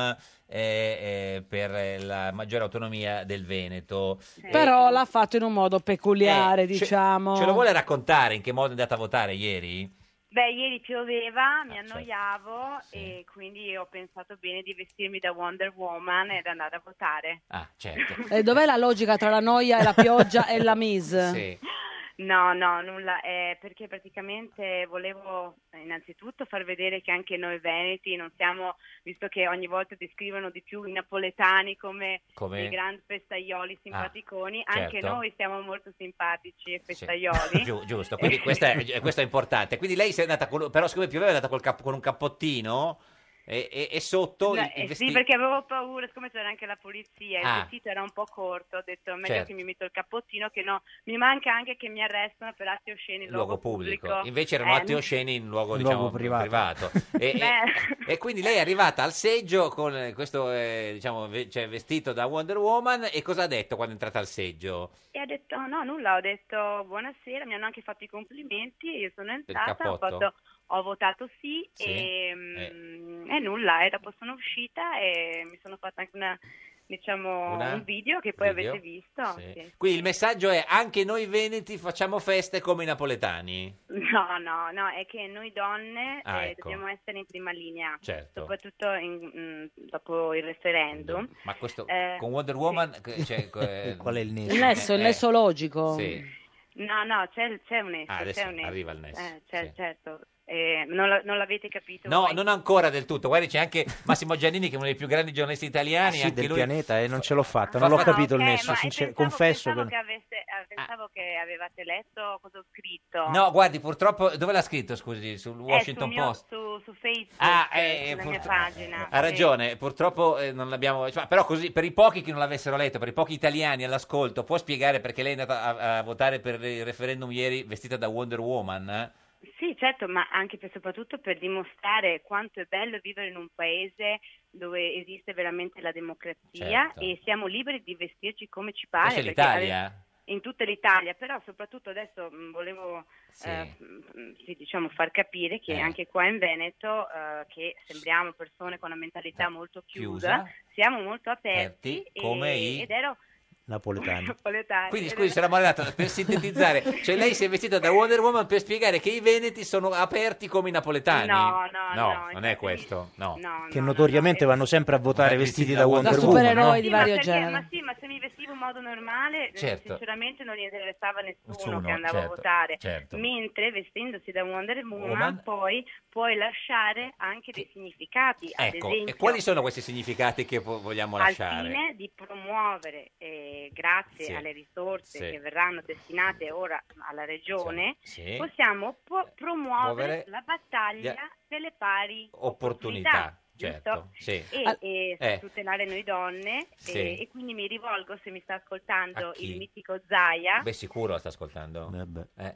eh, eh, per eh, la maggiore autonomia del Veneto. Però l'ha fatto in un modo peculiare, Eh, ce- diciamo. Ce lo vuole raccontare in che modo è andata a votare ieri? Beh, ieri pioveva, mi annoiavo e quindi ho pensato bene di vestirmi da Wonder Woman ed andare a votare. Ah, certo. E Eh, dov'è la logica tra la noia e la pioggia e la mise? No, no, nulla, eh, perché praticamente volevo eh, innanzitutto far vedere che anche noi veneti non siamo, visto che ogni volta descrivono di più i napoletani come, Come? dei grandi festaioli simpaticoni, anche Ah, certo. noi siamo molto simpatici e Eh, Sì. festaioli. Giu- giusto, quindi questa è- questo è, importante. Quindi lei si è andata, con, però siccome pioveva è andata col cap- con un cappottino e, e- e sotto il, Beh, il eh vestito... Sì, perché avevo paura, siccome c'era anche la polizia, il Ah. vestito era un po' corto, ho detto meglio Certo. che mi metto il cappottino, che no, mi manca anche che mi arrestano per atti osceni in in luogo pubblico. Invece erano Eh, atti osceni in luogo, In diciamo, luogo privato. E, e- Beh. e quindi lei è arrivata al seggio con eh, questo eh, diciamo, ve- cioè, vestito da Wonder Woman e cosa ha detto quando è entrata al seggio? E ha detto "Oh, no, nulla, ho detto buonasera, mi hanno anche fatto i complimenti, io sono entrata, ho, cappotto? fatto- ho votato sì, Sì, Eh. E, mm, e nulla, e dopo sono uscita e mi sono fatta anche una, diciamo, Una- un video che poi video? avete visto. Sì. sì. Quindi il messaggio è anche noi veneti facciamo feste come i napoletani. No, no, no, è che noi donne Ah, eh, ecco. dobbiamo essere in prima linea, Certo. soprattutto in- mh, dopo il referendum. Ma questo Eh, con Wonder Woman... che- cioè, Qual è il nesso? Il nesso, il nesso logico. Sì. No, no, c'è, il- c'è un nesso. Ah, adesso c'è un nesso. arriva il nesso, Eh, c'è- Certo, Eh, non, la- non l'avete capito. No, voi? non ancora del tutto. Guarda, c'è anche Massimo Giannini, che è uno dei più grandi giornalisti italiani. Ah, Sì, anche del lui- pianeta e non ce l'ho fatta, fa- non l'ho fa- capito il ok, nesso, Eh, ma sincer- pensavo- confesso. Pensavo, che, che- aveste- eh, pensavo che avevate letto cosa ho scritto. No, guardi, purtroppo, dove l'ha scritto, scusi? Sul Eh, Washington sul mio- Post. Su, su Facebook, Ah, eh, eh, sulla mia purtro- pagina. Ha sì. ragione, purtroppo eh, non l'abbiamo. cioè, però così, per i pochi che non l'avessero letto, per i pochi italiani all'ascolto, può spiegare perché lei è andata a, a votare per il referendum ieri vestita da Wonder Woman? eh? Sì, certo, ma anche e soprattutto per dimostrare quanto è bello vivere in un paese dove esiste veramente la democrazia Certo. e siamo liberi di vestirci come ci pare. Questa è perché ave- l'Italia? In tutta l'Italia, però soprattutto adesso mh, volevo Sì. Eh. eh, mh, sì, diciamo, far capire che anche qua in Veneto, eh, che sembriamo persone con una mentalità molto chiusa, Eh, chiusa. siamo molto aperti Aperti, come e- i- ed ero Napoletano. napoletani. Quindi, ed scusi, sarà Morenato, per sintetizzare, cioè lei si è vestita da Wonder Woman per spiegare che i veneti sono aperti come i napoletani? No, no, no. no, non è questo, no. che notoriamente vanno sempre a votare vestiti da Wonder Da Woman. supereroi no? di Sì, ma vario perché- genere. Ma sì, ma se mi vestivo in modo normale, eh, Certo. sinceramente non interessava nessuno, Nessuno, che andava certo, a votare. certo. Mentre vestendosi da Wonder Woman, Woman. poi puoi lasciare anche dei significati, ad Ecco, esempio e quali sono questi significati che vo- vogliamo al lasciare? fine di promuovere, eh, grazie Sì. alle risorse Sì. che verranno destinate ora alla Regione, Sì. Sì. possiamo po- promuovere Muovere la battaglia gli- delle pari Opportunità, giusto? certo, sì. E, Al- e Eh. tutelare noi donne Sì. e, e quindi mi rivolgo se mi sta ascoltando A chi? il mitico Zaya Beh, sicuro la sta ascoltando. Eh,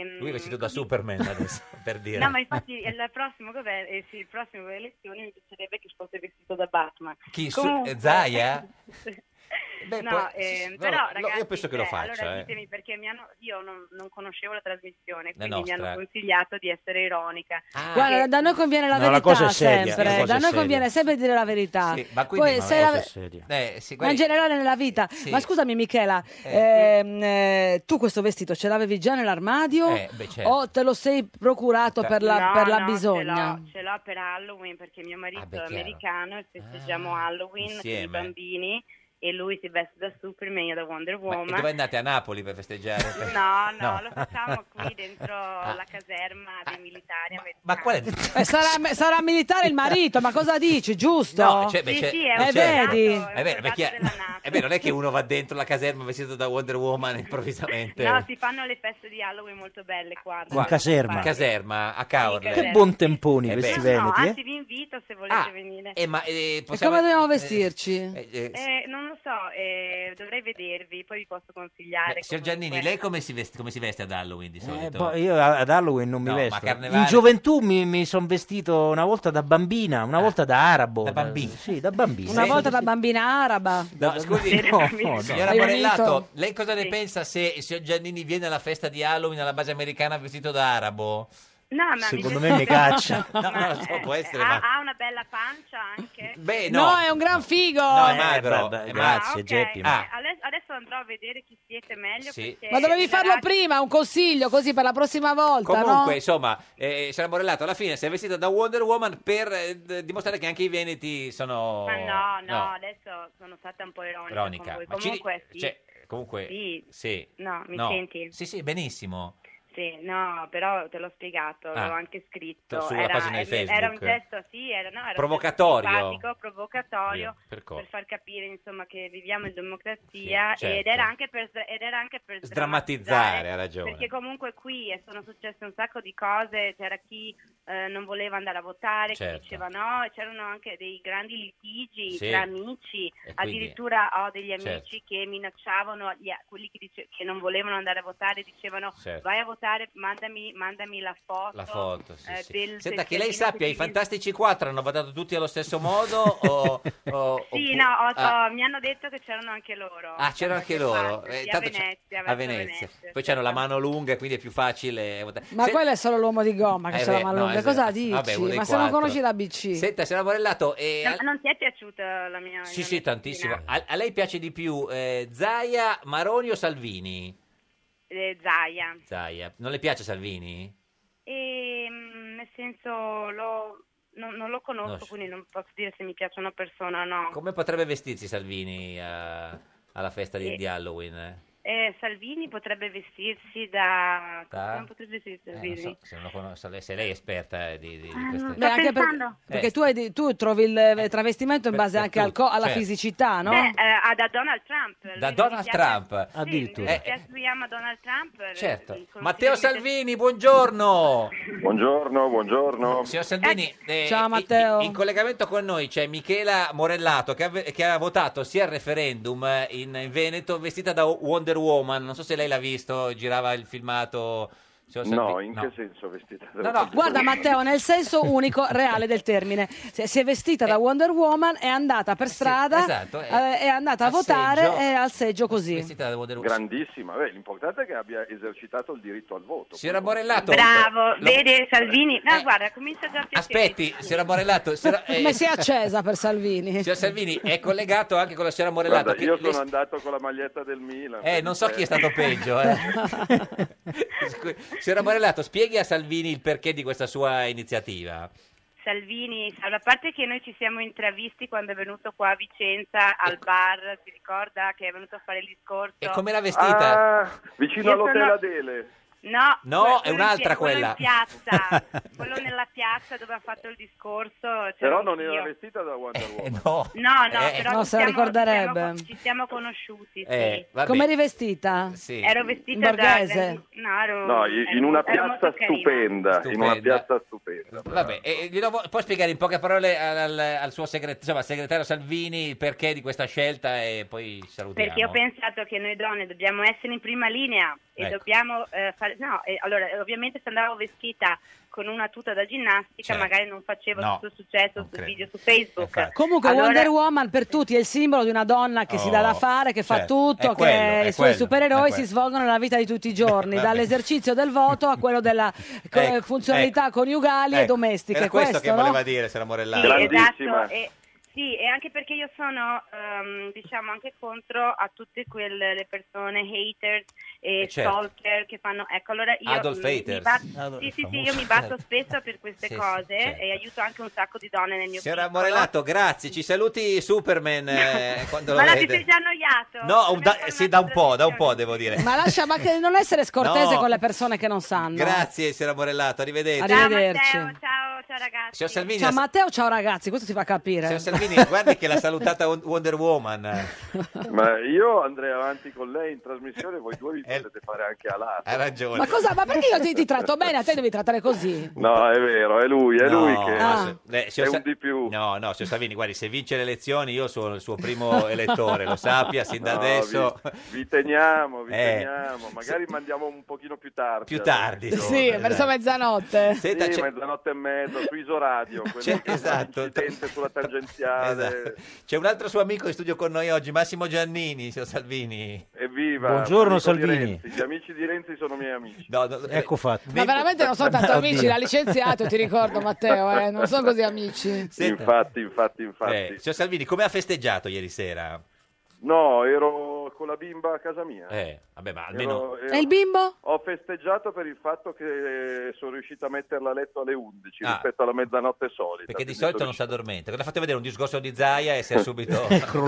ehm, Lui è vestito da Superman adesso, per dire. No, ma infatti il prossimo governo, eh, sì, il prossimo elezione mi piacerebbe che fosse vestito da Batman. Chi? Su- Comunque- Zaya? Beh, no, poi- ehm, no, però no, ragazzi, io penso che lo cioè, faccia, Allora eh. ditemi perché mi hanno, io non, non conoscevo la trasmissione, quindi mi nostra. hanno consigliato di essere ironica. Ah, Guarda, Perché- da noi conviene la No, la verità cosa è sempre. seria, eh. la cosa da è noi seria. conviene sempre dire la verità. Sì, ma quindi Poi ma sei la- Eh, sì, Ma in guardi- generale nella vita. Sì. Ma scusami Michela, Eh. ehm, eh, tu questo vestito ce l'avevi già nell'armadio Eh, beh, certo. o te lo sei procurato per la, No, per la Ah, no, bisogna? Ce l'ho, ce l'ho per Halloween perché mio marito Ah, beh, è chiaro. americano e festeggiamo Halloween con i Ah, insieme. bambini e lui si veste da Superman io da Wonder Ma Woman. e dove andate a Napoli per festeggiare? No, no, No. lo facciamo qui dentro Ah. la caserma dei militari americani. Ma qual è? Eh, sarà, sarà militare il marito, ma cosa dici? Giusto? No, cioè, beh, Sì, c'è- sì, è ma un c'è- vedi? È vero, ma chi è- è vero, non è che uno va dentro la caserma vestito da Wonder Woman improvvisamente. No, si fanno le feste di Halloween molto belle qua. Qua- In caserma. in caserma, a Caorle. Che buon temponi Eh, questi beh. No, veneti, eh? anzi vi invito se volete venire. Eh, ma, eh, E possiamo- come dobbiamo eh, vestirci? eh, eh, Eh, non lo so, eh, dovrei vedervi, poi vi posso consigliare. eh, Signor comunque. Giannini, lei come si veste, come si veste ad Halloween di Eh, solito? poi io a- ad Halloween non mi No, ma vesto. carnevale- In gioventù mi, sono vestito una volta da bambina, Ah. una volta da arabo. Da bambina? Sì, da bambina. Una volta da bambina araba. No, scusi, No, no, signora no. Morellato, lei cosa ne pensa se il signor Giannini viene alla festa di Halloween alla base americana vestito da arabo? No, ma mi Secondo piace- me mi caccia. Ma, No, no, so, eh, può essere, ha, ma- ha una bella pancia anche. Beh, no, è un gran figo. No, è magro. vabbè, è magro. grazie, Geppi, Ah, Eh, Adesso, adesso andrò a vedere chi siete meglio. Sì. eh. perché Ma dovevi la farlo prima, un consiglio così per la prossima volta, Comunque, no? insomma, eh, signora Morellato, alla fine si è vestita da Wonder Woman per eh, d- dimostrare che anche i veneti sono... Ma no, no, adesso sono stata un po' ironica. con Veronica, voi. Oh, ma ci ri- Comunque, sì. cioè, comunque, Sì. sì. No, mi No. senti? Sì, sì, benissimo. Sì, no, però te l'ho spiegato, Ah. l'ho anche scritto. Sulla pagina di eh, era un Facebook. gesto, sì, era, no, era un gesto Provocatorio. simpatico, provocatorio Via, per cosa? per far capire insomma che viviamo in democrazia Sì, certo. ed era anche per, ed era anche per Sdrammatizzare, ha ragione. Perché comunque qui eh, sono successe un sacco di cose, c'era chi eh, non voleva andare a votare, Certo. chi diceva no, e c'erano anche dei grandi litigi Sì. tra amici, E quindi- addirittura ho degli amici Certo. che minacciavano gli- quelli che, dice- che non volevano andare a votare, dicevano Certo. vai a votare, mandami, mandami la foto. La foto, sì, eh, sì. del- Senta, del che lei pianino sappia, che i ti- Fantastici 4 hanno votato tutti allo stesso modo o... o- Sì, oppu- no, ho- Ah. ho- mi hanno detto che c'erano anche loro. Ah, c'erano anche loro. Sì, Eh, a tanto c'è- Venezia, a verso Venezia. Venezia. Poi c'hanno la mano lunga, quindi è più facile. votare. Ma Se- quello è solo l'uomo di gomma che Eh, c'ha la beh, mano no, lunga. es- Cosa dici? vabbè, uno dei Ma se non quattro. conosci la BC. Senta, signora Morellato, eh, No, al- ma non ti è piaciuta la mia... sì, sì, tantissimo. A, a lei piace di più eh, Zaia, Maroni o Salvini? eh, Zaia. Zaia, non le piace Salvini? E, mm, nel senso, lo- non, non lo conosco, No, sì. quindi non posso dire se mi piace una persona o no. Come potrebbe vestirsi Salvini eh, alla festa di, Sì. di Halloween? eh? eh, Salvini potrebbe vestirsi da... Da? Non potrebbe vestirsi Eh, non Salvini. so, se, non lo conos- se lei- se lei è esperta eh, di, di- di Ah, no, queste... Beh, anche per- perché Eh. tu, hai di- tu trovi il eh, travestimento in base anche al co- alla certo. fisicità, no? Beh, eh, ah, da Donald Trump. Da Lui Donald si Trump. chiama- Sì, Addirittura. lui Eh, si chiama Donald Trump. eh, Certo. conosce- Matteo Salvini, buongiorno. Buongiorno, buongiorno. Signor Salvini, eh, Ecco. Ciao, i- Matteo. i- In, collegamento con noi c'è Michela Morellato che ha, ve- che ha votato sia al referendum eh, in, in Veneto vestita da Wonder Woman. Non so se lei l'ha visto, girava il filmato. Signor No, Salvini, in che senso vestita? No, no. Guarda Matteo, nel senso unico, reale del termine, Se- si è vestita Eh. da Wonder Woman, è andata per strada, esatto, eh, eh, è andata a al votare seggio. e al seggio così. Grandissima, Beh, l'importante è che abbia esercitato il diritto al voto. Signora Morellato. Bravo, Lo- vede Salvini. No, guarda, comincia già a piacere. eh, Aspetti, signora Morellato. signora- eh, Come si è accesa per Salvini? Signor Salvini è collegato anche con la signora Morellato. Guarda, che io le- sono andato con la maglietta del Milan. Eh, non so chi è stato peggio. Eh. Scu- Signora Morellato, spieghi a Salvini il perché di questa sua iniziativa. Salvini, a parte che noi ci siamo intravisti quando è venuto qua a Vicenza al bar, si ricorda che è venuto a fare il discorso. E Ecco. come l'ha vestita? Ah, vicino Io all'hotel sono- Adele. No, No, quello è in un'altra pia- quello in quella. piazza, quello nella piazza dove ha fatto il discorso. c'era Però non anch'io. era vestita da Wonder Woman. Eh, no. No, Eh. no, però No, ci se la siamo- ricorderebbe. Ci siamo, ci siamo conosciuti, sì. Eh, vabbè. Come eri vestita? Ero vestita Borghese. da... No, ero- No, i- in ero- una ero piazza molto carina. stupenda, in una Stupenda. piazza stupenda. Vabbè, e glielo vo- può spiegare in poche parole al, al- al suo segret- insomma, al segretario Salvini il perché di questa scelta e poi salutiamo. Perché ho pensato che noi donne dobbiamo essere in prima linea e Ecco. dobbiamo eh, fare... No, eh, allora, eh, ovviamente se andavo vestita con una tuta da ginnastica Certo. magari non facevo No, tutto il successo sul credo. video su Facebook. Comunque Allora- Wonder Woman per tutti è il simbolo di una donna che si dà Oh, da fare, che fa certo. tutto, È quello, che è i suoi quello, supereroi è si quello. svolgono nella vita di tutti i giorni, Vabbè. dall'esercizio del voto a quello della co- Ecco, funzionalità coniugali e Ecco, domestiche. Era questo, che no? voleva dire, signora Morellato. Sì, esatto. E, sì, e anche perché io sono, ehm, diciamo, anche contro a tutte quelle le persone haters e Eh, certo. stalker che fanno... Ecco, allora io... Adolf mi- haters. Mi batto, Adolf- sì, sì, sì, famoso. io mi batto spesso per queste Sì, sì, cose certo. e aiuto anche un sacco di donne nel mio Signora piccolo. Morellato, grazie, ci saluti Superman eh, quando lo Ma l'avete vede. già annoiato? No, un da- sì, da un po', da un po' devo dire. Ma lascia, ma che non essere scortese No. con le persone che non sanno. Grazie, signora Morellato, arrivederci. Arrivederci. Signor Salvini, Ciao Matteo, ciao ragazzi, questo si fa capire. signor Salvini, guardi che l'ha salutata Won- Wonder Woman. Ma io andrei avanti con lei in trasmissione, voi due vi potete fare anche a lato. Eh, Ha ragione. Ma, cosa, ma perché io ti, ti tratto bene, a te devi trattare così? No, è vero, è lui, è lui che... Ah. Eh, è signor un Sa- di più. No, no, signor Salvini, guardi, se vince le elezioni io sono il suo primo elettore, lo sappia sin da No, adesso. Vi, vi teniamo, vi Eh. teniamo. Magari mandiamo un pochino più tardi. Più allora. tardi, insomma. Sì, verso mezzanotte. Senta, sì, c'è- mezzanotte e mezzo su Isoradio, quello C'è- che esatto. incidente sulla tangenziale. Esatto. C'è un altro suo amico in studio con noi oggi, Massimo Giannini, signor Salvini. Evviva. Buongiorno, amico di Salvini. Renzi. Gli amici di Renzi sono miei amici. No, eh, no, Ecco fatto. Ma veramente non sono tanto Oddio. amici, l'ha licenziato, ti ricordo Matteo, eh, non sono così amici. Infatti, infatti, infatti. Eh, signor Salvini, come ha festeggiato ieri sera? No, ero con la bimba a casa mia. Eh, vabbè, ma almeno... Ero- ero- E il bimbo? Ho festeggiato per il fatto che sono riuscito a metterla a letto alle 11 Ah. rispetto alla mezzanotte solita. Perché quindi di solito sono non si addormenta. L'ha fatto vedere un discorso di Zaia e si è subito...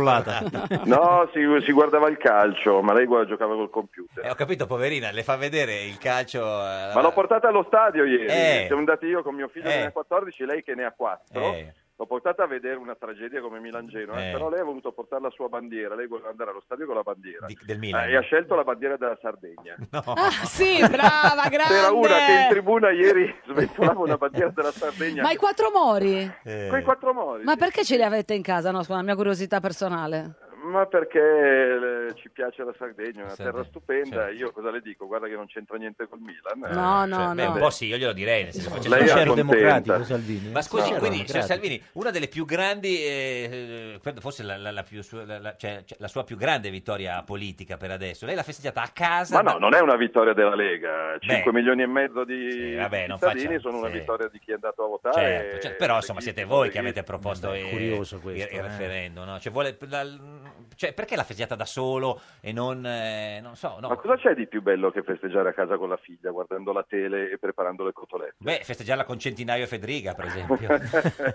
crollata. No, si, si guardava il calcio, ma lei guarda- giocava col computer. Eh, ho capito, poverina, le fa vedere il calcio... eh, Ma l'ho portata allo stadio ieri. Eh. Siamo andati io con mio figlio Eh. che ne ha 14, lei che ne ha 4. Eh. L'ho portata a vedere una tragedia come Milan Genoa, Eh. però lei ha voluto portare la sua bandiera, lei voleva andare allo stadio con la bandiera. del Milan. Eh, e ha scelto la bandiera della Sardegna. Ah, sì, brava, C'era una che in grande. tribuna ieri sventolava una bandiera della Sardegna. Ma i quattro mori? Eh. Quei quattro mori. Ma perché ce li avete in casa? No, scusa, la mia curiosità personale. Ma perché eh, ci piace la Sardegna, è una Sardegna, terra stupenda. certo. Io cosa le dico? Guarda che non c'entra niente col Milan. eh. No, no, Cioè, Beh, un po' sì, io glielo direi. Nel senso, facendo- Lei era Sincero democratico contenta. Salvini. Ma scusi, Sincero quindi, signor democratico. Salvini, una delle più grandi, eh, eh, credo forse la, la- la più sua- la- la- cioè, cioè, la sua più grande vittoria politica per adesso, lei l'ha festeggiata a casa. Ma no, non è una vittoria della Lega. 5 Beh. milioni e mezzo di vabbè, non cittadini facciamo- sono una sì. vittoria di chi è andato a votare. Certo, certo, però insomma Chi- siete voi che avete proposto Vabbè, eh, curioso questo, il, il eh. referendum, no? Cioè, vuole- la- Cioè, perché l'ha festeggiata da solo e non, eh, non so, Ma no. cosa c'è di più bello che festeggiare a casa con la figlia, guardando la tele e preparando le cotolette? Beh, festeggiarla con Centinaio e Federica, per esempio.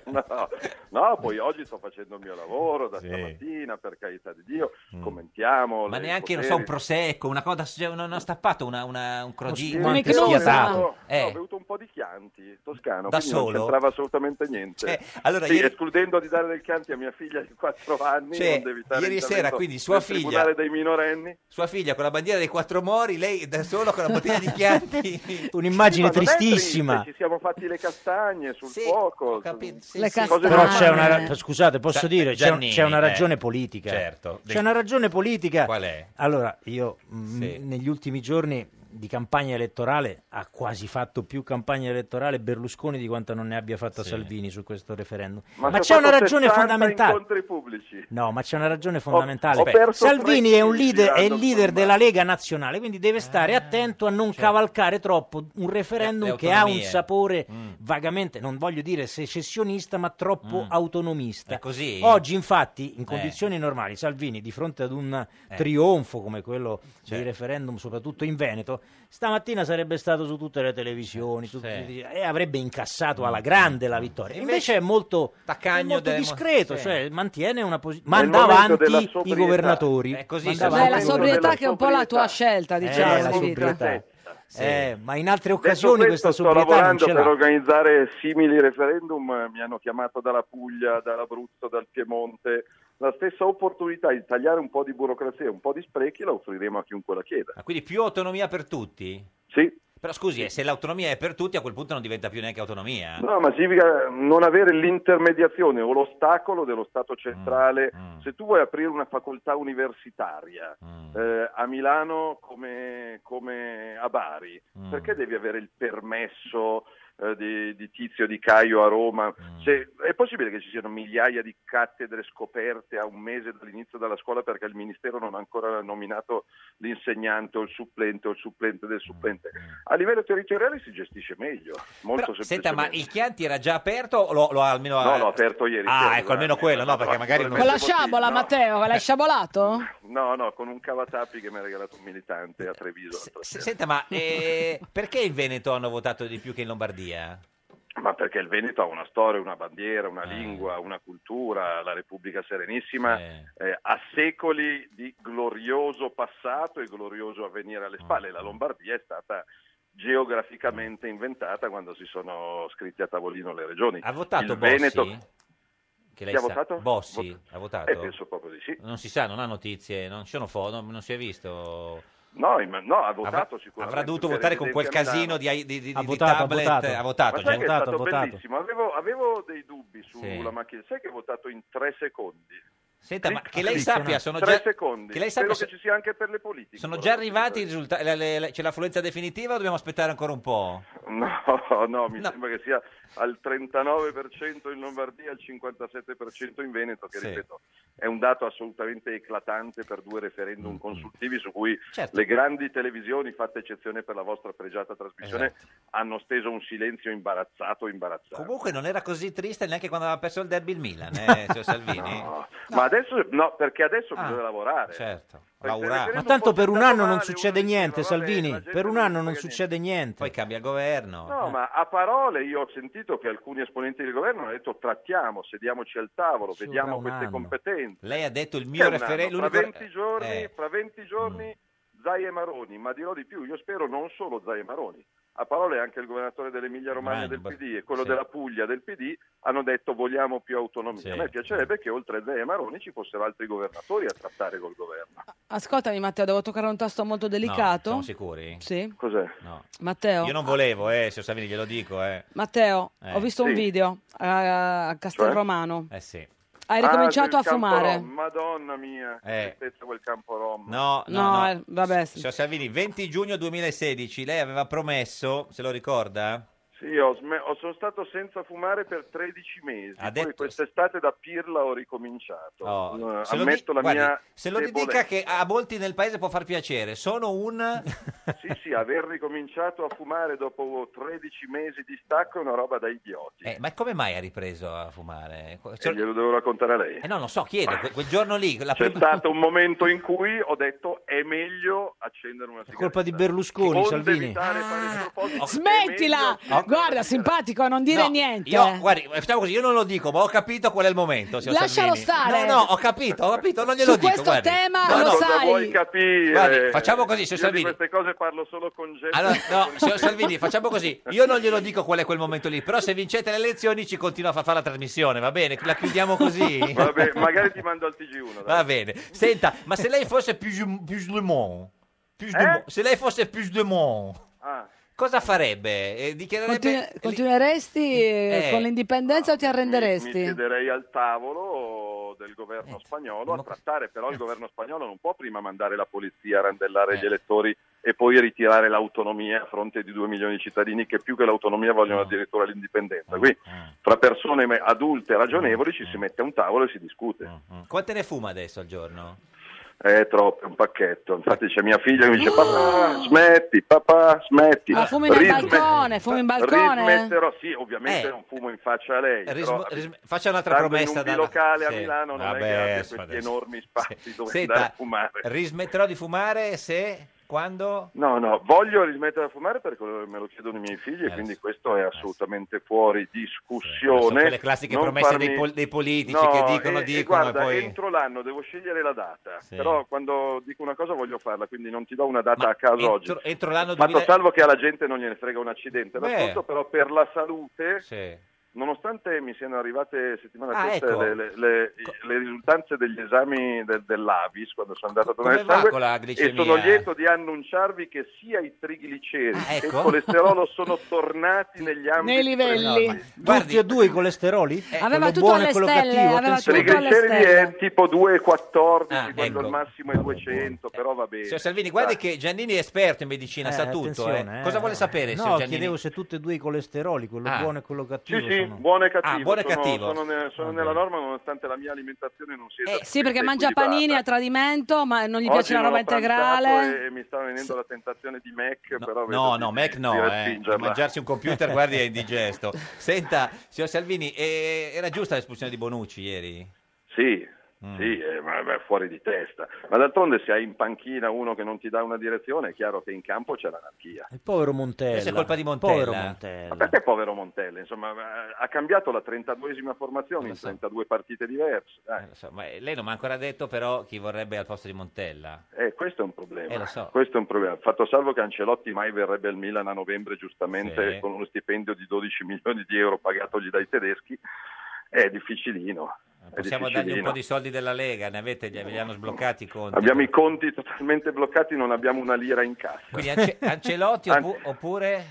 no, no, poi oggi sto facendo il mio lavoro da stamattina, per carità di Dio, commentiamo. Mm. Ma le neanche, non poteri. so, un prosecco, una cosa, cioè, non ho stappato una, una- un crogino. Uno schianto. No, Eh. Ho bevuto un po' di chianti toscano, Da quindi non solo? c'entrava assolutamente niente. Cioè, allora, Sì, ieri- escludendo di dare del chianti a mia figlia di 4 anni, Cioè, non devi stare ieri in sera, Salento quindi, sua nel figlia- Tribunale dei minorenni. Sua figlia con la bandiera dei quattro mori, lei da sola con la bottiglia di chianti. Un'immagine Sì, ma non è tristissima. triste, ci siamo fatti le castagne sul fuoco. sì, Le sì. castagne. Cose- Però c'è una ra- scusate, posso Gia- dire, c'è, un- Giannini, c'è una eh. ragione politica. Certo. C'è una ragione politica. Qual è? Allora, io mh, Sì. negli ultimi giorni di campagna elettorale ha quasi fatto più campagna elettorale Berlusconi di quanto non ne abbia fatta Sì. Salvini su questo referendum. Ma sono Ma, c'è una stato ragione 60 fondamentale. incontri pubblici. No, ma c'è una ragione ho fondamentale. perso Salvini tre è un chili leader, è il girando leader della Lega nazionale, quindi deve stare attento a non cavalcare troppo un referendum Eh, certo. Le- le che ha un autonomie. Mm. sapore vagamente, non voglio dire secessionista, ma troppo autonomista. Mm. È così? Oggi, infatti, in Eh. condizioni normali, Salvini, di fronte ad un Eh. Certo. trionfo come quello dei referendum, soprattutto in Veneto, stamattina sarebbe stato su tutte le Eh, televisioni su tutti- e avrebbe Mm. incassato alla grande la vittoria. Invece è molto, è molto delle- discreto, sì. cioè mantiene una posizione Nel manda momento avanti della i sobrietà. governatori. È così, Manda sono Beh, avanti la i sobrietà governatori. che è un po' la tua scelta, diciamo, Eh, la di vita. sobrietà. Sì. Eh, ma in altre Detto occasioni questo, questa sto sobrietà non lavorando ce l'ha. per organizzare simili referendum, eh, mi hanno chiamato dalla Puglia, dall'Abruzzo, dal Piemonte. La stessa opportunità di tagliare un po' di burocrazia, un po' di sprechi, la offriremo a chiunque la chieda. Ma quindi più autonomia per tutti? Sì. Però scusi, eh, se l'autonomia è per tutti, a quel punto non diventa più neanche autonomia. No, ma significa non avere l'intermediazione o l'ostacolo dello Stato centrale. Se tu vuoi aprire una facoltà universitaria eh, a Milano come, come a Bari, perché devi avere il permesso eh, di, di Tizio di Caio a Roma? Se- è possibile che ci siano migliaia di cattedre scoperte a un mese dall'inizio della scuola perché il Ministero non ha ancora nominato l'insegnante o il supplente o il supplente del supplente? A livello territoriale si gestisce meglio, molto Però, semplicemente. senta, ma il Chianti era già aperto o lo, lo ha almeno... No, eh, l'ho aperto ieri Ah, sera, ecco, almeno quello, no, perché magari... Con la Non... sciabola, Matteo, l'hai sciabolato? No, no, con un cavatappi che mi ha regalato un militante a Treviso. l'altra S- sera. Senta, ma eh, perché in Veneto hanno votato di più che in Lombardia? Ma perché il Veneto ha una storia, una bandiera, Ah. una lingua, una cultura, la Repubblica Serenissima eh, ha secoli di glorioso passato e glorioso avvenire alle spalle. Mm. La Lombardia è stata geograficamente inventata quando si sono scritti a tavolino le regioni. Ha votato il Veneto. Bossi? Che lei Chi ha sa- votato? Bossi Vot- ha votato? Eh, penso proprio di sì. Non si sa, non ha notizie, non ci sono foto, non, non si è visto. No, im- no, ha votato Avrà- sicuramente. Avrà dovuto perché votare con quel residente a Milano. casino di, di, di- Ha di votato, ha tablet. Ecco. votato. Ma già. sai che è stato bellissimo. Avevo, avevo dei dubbi sulla Sì. macchina. Sai che ho votato in tre secondi. Senta, ma che lei Impressionante. sappia, sono Tre già- secondi. che lei Spero sappia- che ci sia anche per le politiche. Sono già arrivati i risultati. la- le- le- c'è l'affluenza definitiva o dobbiamo aspettare ancora un po'? No, no, mi sembra che sia al 39% in Lombardia, al 57% in Veneto, che Sì. ripeto è un dato assolutamente eclatante per due referendum consultivi su cui Mm, Certo. le grandi televisioni, fatta eccezione per la vostra pregiata trasmissione, Esatto. hanno steso un silenzio imbarazzato, imbarazzante. Comunque non era così triste neanche quando aveva perso il derby il Milan, eh, signor Salvini. Ma adesso no, perché adesso Ah, bisogna lavorare. Certo. Ah, Ma tanto per un anno non succede niente, Salvini. Per un anno non succede niente. Poi cambia il governo. Eh. No, ma a parole io ho sentito che alcuni esponenti del governo hanno detto trattiamo, sediamoci al tavolo, Sopra vediamo un queste anno. competenze. Lei ha detto il Che mio è un anno, referendum. Fra 20 giorni, Eh. fra 20 giorni Mm. Zai e Maroni, ma dirò di più, io spero non solo Zai e Maroni. A parole anche il governatore dell'Emilia Romagna del Romagna, PD e quello sì. della Puglia del PD hanno detto vogliamo più autonomia. Sì. A me piacerebbe che oltre a Zai e Maroni ci fossero altri governatori a trattare col governo. Ascoltami, Matteo, devo toccare un tasto molto delicato. Siamo sicuri? Sì. Cos'è? No. Matteo, Io non volevo, eh, signor Salvini, glielo dico, eh. Matteo, Eh. ho visto un Sì. video a, a Cioè? Castelromano. Eh sì. Hai ricominciato Ah, a del Campo fumare. Rom, Madonna mia, Eh. che tristezza quel campo Rom. No, no, No, no. eh, vabbè. Signor Salvini, 20 giugno 2016 lei aveva promesso, se lo ricorda? Sì, ho sme- ho- sono stato senza fumare per 13 mesi, poi Ha detto- quest'estate da pirla ho ricominciato. Oh, Eh, se lo ammetto di- la guardi, mia Se lo debolezza. dedica che a molti nel paese può far piacere, sono un... Sì, sì, aver ricominciato a fumare dopo 13 mesi di stacco è una roba da idioti. Eh, ma come mai ha ripreso a fumare? Cioè E Eh, glielo devo raccontare a lei. Eh, no, non so, chiedo, que- quel giorno lì... La C'è prima- stato un momento in cui ho detto è meglio accendere una sigaretta. colpa di Berlusconi, Onde Salvini. evitare fare spropositi, Smettila! è meglio- Ah, Guarda, simpatico, non dire No, niente. Io, guardi, facciamo così, io non lo dico, ma ho capito qual è il momento, signor Lascialo Salvini. stare. No, no, ho capito, ho capito, non glielo Su dico, questo guardi. tema No, lo no, sai. Vuoi capire? eh, Guardi, facciamo così, Io signor Salvini. di queste cose parlo solo con gente. Allora, Ah, no, signor Salvini, facciamo così. Io non glielo dico qual è quel momento lì, però se vincete le elezioni ci continua a far fare la trasmissione, va bene? La chiudiamo così? Vabbè, magari ti mando al TG1. dai. Va bene. Senta, ma se lei fosse più de Mont, se lei fosse più de Mont, Eh? Ah. cosa farebbe? Eh, dichiarerebbe Continu- continueresti eh, Eh. con l'indipendenza o ti Mi arrenderesti? chiederei al tavolo del governo spagnolo a trattare, però il governo spagnolo non può prima mandare la polizia a randellare gli elettori e poi ritirare l'autonomia a fronte di due milioni di cittadini che più che l'autonomia vogliono addirittura l'indipendenza. Qui fra persone me- adulte e ragionevoli ci si mette a un tavolo e si discute. Quante ne fuma adesso al giorno? È troppo, è un pacchetto. Infatti c'è mia figlia che mi dice papà smetti, papà smetti. Ma Ah, fumi in Risme- balcone, fumi in balcone? Rismetterò, sì, ovviamente Eh. non fumo in faccia a lei. Rism- però, rism- faccia un'altra stando promessa In un da- locale sì. a Milano non Vabbè, è che abbia adesso- questi adesso- enormi spazi dove Senta, andare a fumare. Rismetterò di fumare se, quando... No, no, voglio rismettere a fumare perché me lo chiedono i miei Eh, figli, e quindi questo è assolutamente fuori Sono discussione. quelle classiche Non promesse farmi- dei, pol- dei politici No, che dicono, e- e dicono e, guarda, poi... entro l'anno devo scegliere la data, Sì. però quando dico una cosa voglio farla, quindi non ti do una data a caso entro- oggi. entro l'anno Fatto 2000 salvo che alla gente non gliene frega un accidente, Beh. l'ascolto però per la salute, Sì. nonostante mi siano arrivate settimana Ah, scorsa ecco. le, le- le- le risultanze degli esami de- dell'Avis quando sono andato a Come donare il va sangue con la e glicemia? sono lieto di annunciarvi che sia i trigliceridi Ah, che ecco. il colesterolo sono tornati negli ambiti previsti. Tutti e due i colesteroli? Eh, eh, Aveva Quello tutto buono e alle quello stelle, cattivo? aveva I Attenzione. tutto alle trigliceridi stelle. è tipo 2,14 Ah, quando ecco. eh. il massimo è 200 però va bene Signor Salvini, guardi che Giannini è esperto in medicina, Eh, sa tutto. eh. attenzione, eh. Cosa vuole sapere, No, signor Giannini? chiedevo se tutti e due i colesteroli, quello Ah. buono e quello sì cattivo. sì sono- buono e cattivo Ah, buono e sono, cattivo. sono, ne- sono nella Va bene. Eh, norma nonostante la mia alimentazione non sia Eh, Sì, perché esattamente mangia equilibrata. panini a tradimento, ma non gli Oggi piace la non roba ho pranzato integrale. e mi sta venendo la tentazione di Mac però vedo No, di- no, Mac di no, eh. respingerla. mangiarsi un computer, guardi, è indigesto. Senta, signor Salvini, eh, era giusta l'espulsione di Bonucci ieri? Sì, Mm. sì, eh, ma, ma è fuori di testa. Ma d'altronde se hai in panchina uno che non ti dà una direzione, è chiaro che in campo c'è l'anarchia. Il povero Montella. Eh, Questa è colpa di Montella. Povero Montella. Ma perché povero Montella? Insomma, eh, ha cambiato la 32esima Eh, formazione in 32 partite diverse. Dai. Insomma, eh, lei non mi ha ancora detto però chi vorrebbe al posto di Montella. Eh, questo è un problema. Eh, lo so. Questo è un problema. Fatto salvo che Ancelotti mai verrebbe al Milan a novembre, giustamente Sì. con uno stipendio di 12 milioni di euro pagatogli dai tedeschi, è difficilino. È Possiamo dargli un difficilino. po' di soldi della Lega, ne avete, Gli- ve li hanno sbloccati con... Abbiamo i conti totalmente bloccati, non abbiamo una lira in cassa. Quindi Ance- Ancelotti An- oppu- oppure...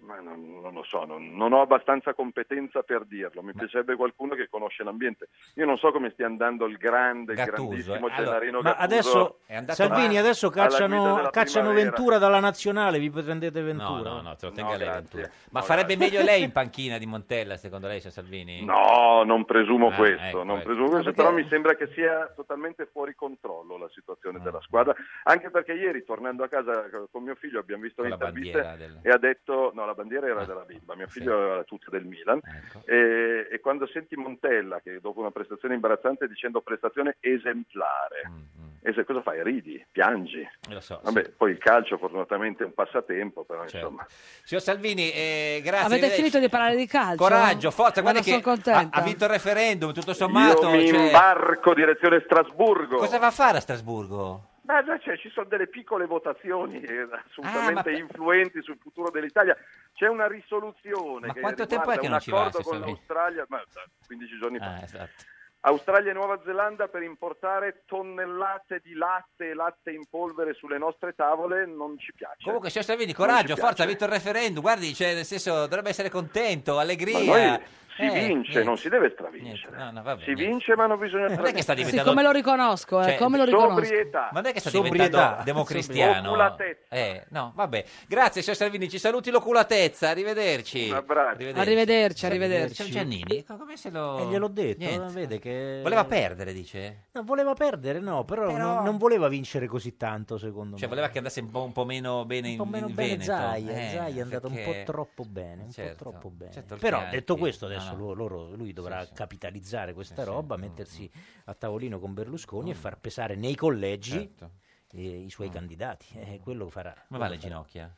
Ma non, non lo so, non, non ho abbastanza competenza per dirlo. Mi piacerebbe qualcuno che conosce l'ambiente. Io non so come stia andando il grande, il Gattuso, grandissimo eh. Gennarino Ma Gattuso. adesso, Salvini, alla- adesso alla guida cacciano, della cacciano primavera. Ventura dalla nazionale, vi prendete Ventura? No, no, no, te lo tenga lei. Ventura. Ma No, farebbe grazie. meglio lei in panchina di Montella, secondo lei, signor Salvini? No, non presumo Ah, questo, ecco, non ecco. presumo questo, No, perché- però mi sembra che sia totalmente fuori controllo la Mm. situazione della squadra, anche perché ieri tornando a casa con mio figlio abbiamo visto Con le la interviste bandiera Eh, del- e ha detto, no la bandiera era della bimba, mio figlio aveva la tuta del Milan Ecco. e, e quando senti Montella che dopo una prestazione imbarazzante dicendo prestazione esemplare, Mm, e se cosa fai? Ridi, piangi, Lo so. Vabbè, poi il calcio fortunatamente è un passatempo, però Certo. insomma... Signor Salvini, eh, grazie. Avete arrivederci. finito di parlare di calcio? Coraggio, Ma forza, guarda che non sono ha, contenta. ha vinto il referendum, tutto sommato. Io mi cioè, imbarco direzione Strasburgo. Cosa va a fare a Strasburgo? Beh, beh, cioè, ci sono delle piccole votazioni eh, assolutamente Ah, ma- influenti sul futuro dell'Italia. C'è una risoluzione Ma che quanto riguarda tempo è che un non ci va, accordo se con sono- l'Australia, ma da 15 giorni fa. Ah, esatto. Australia e Nuova Zelanda per importare tonnellate di latte e latte in polvere sulle nostre tavole non ci piace. Comunque, signor Salvini, Non ci coraggio, piace. forza, ha vinto il referendum. Guardi, cioè, nel senso, dovrebbe essere contento, Ma allegria. noi si vince, non si deve stravincere. si vince, ma non bisogna stravincere. Eh, che sta Sì, come lo riconosco, eh, Cioè, come lo riconosco. Sobrietà. Ma non è che sta Sobrietà. diventando democristiano. Oculatezza. Eh, no, vabbè. Grazie, signor Salvini, ci saluti l'oculatezza, arrivederci. Arrivederci. Arrivederci, arrivederci. arrivederci. Signor Giannini, co- come se lo... E Eh, gliel'ho detto, Niente. vede che... Voleva perdere, dice? No, voleva perdere, no, però, Però- Non, non voleva vincere così tanto, secondo Cioè me. voleva che andasse un po', un po' meno bene in, Un po' meno in bene Veneto. Zaia, Eh, Zaia è andato un perché- po' troppo bene, un Certo, po' troppo bene. certo, il Però Chianti. detto questo, Ah, adesso no. lo- loro- lui dovrà capitalizzare questa roba, Mm, mettersi a tavolino con Berlusconi e far pesare nei collegi Certo. eh, i suoi candidati. Eh, quello farà. Come va le ginocchia?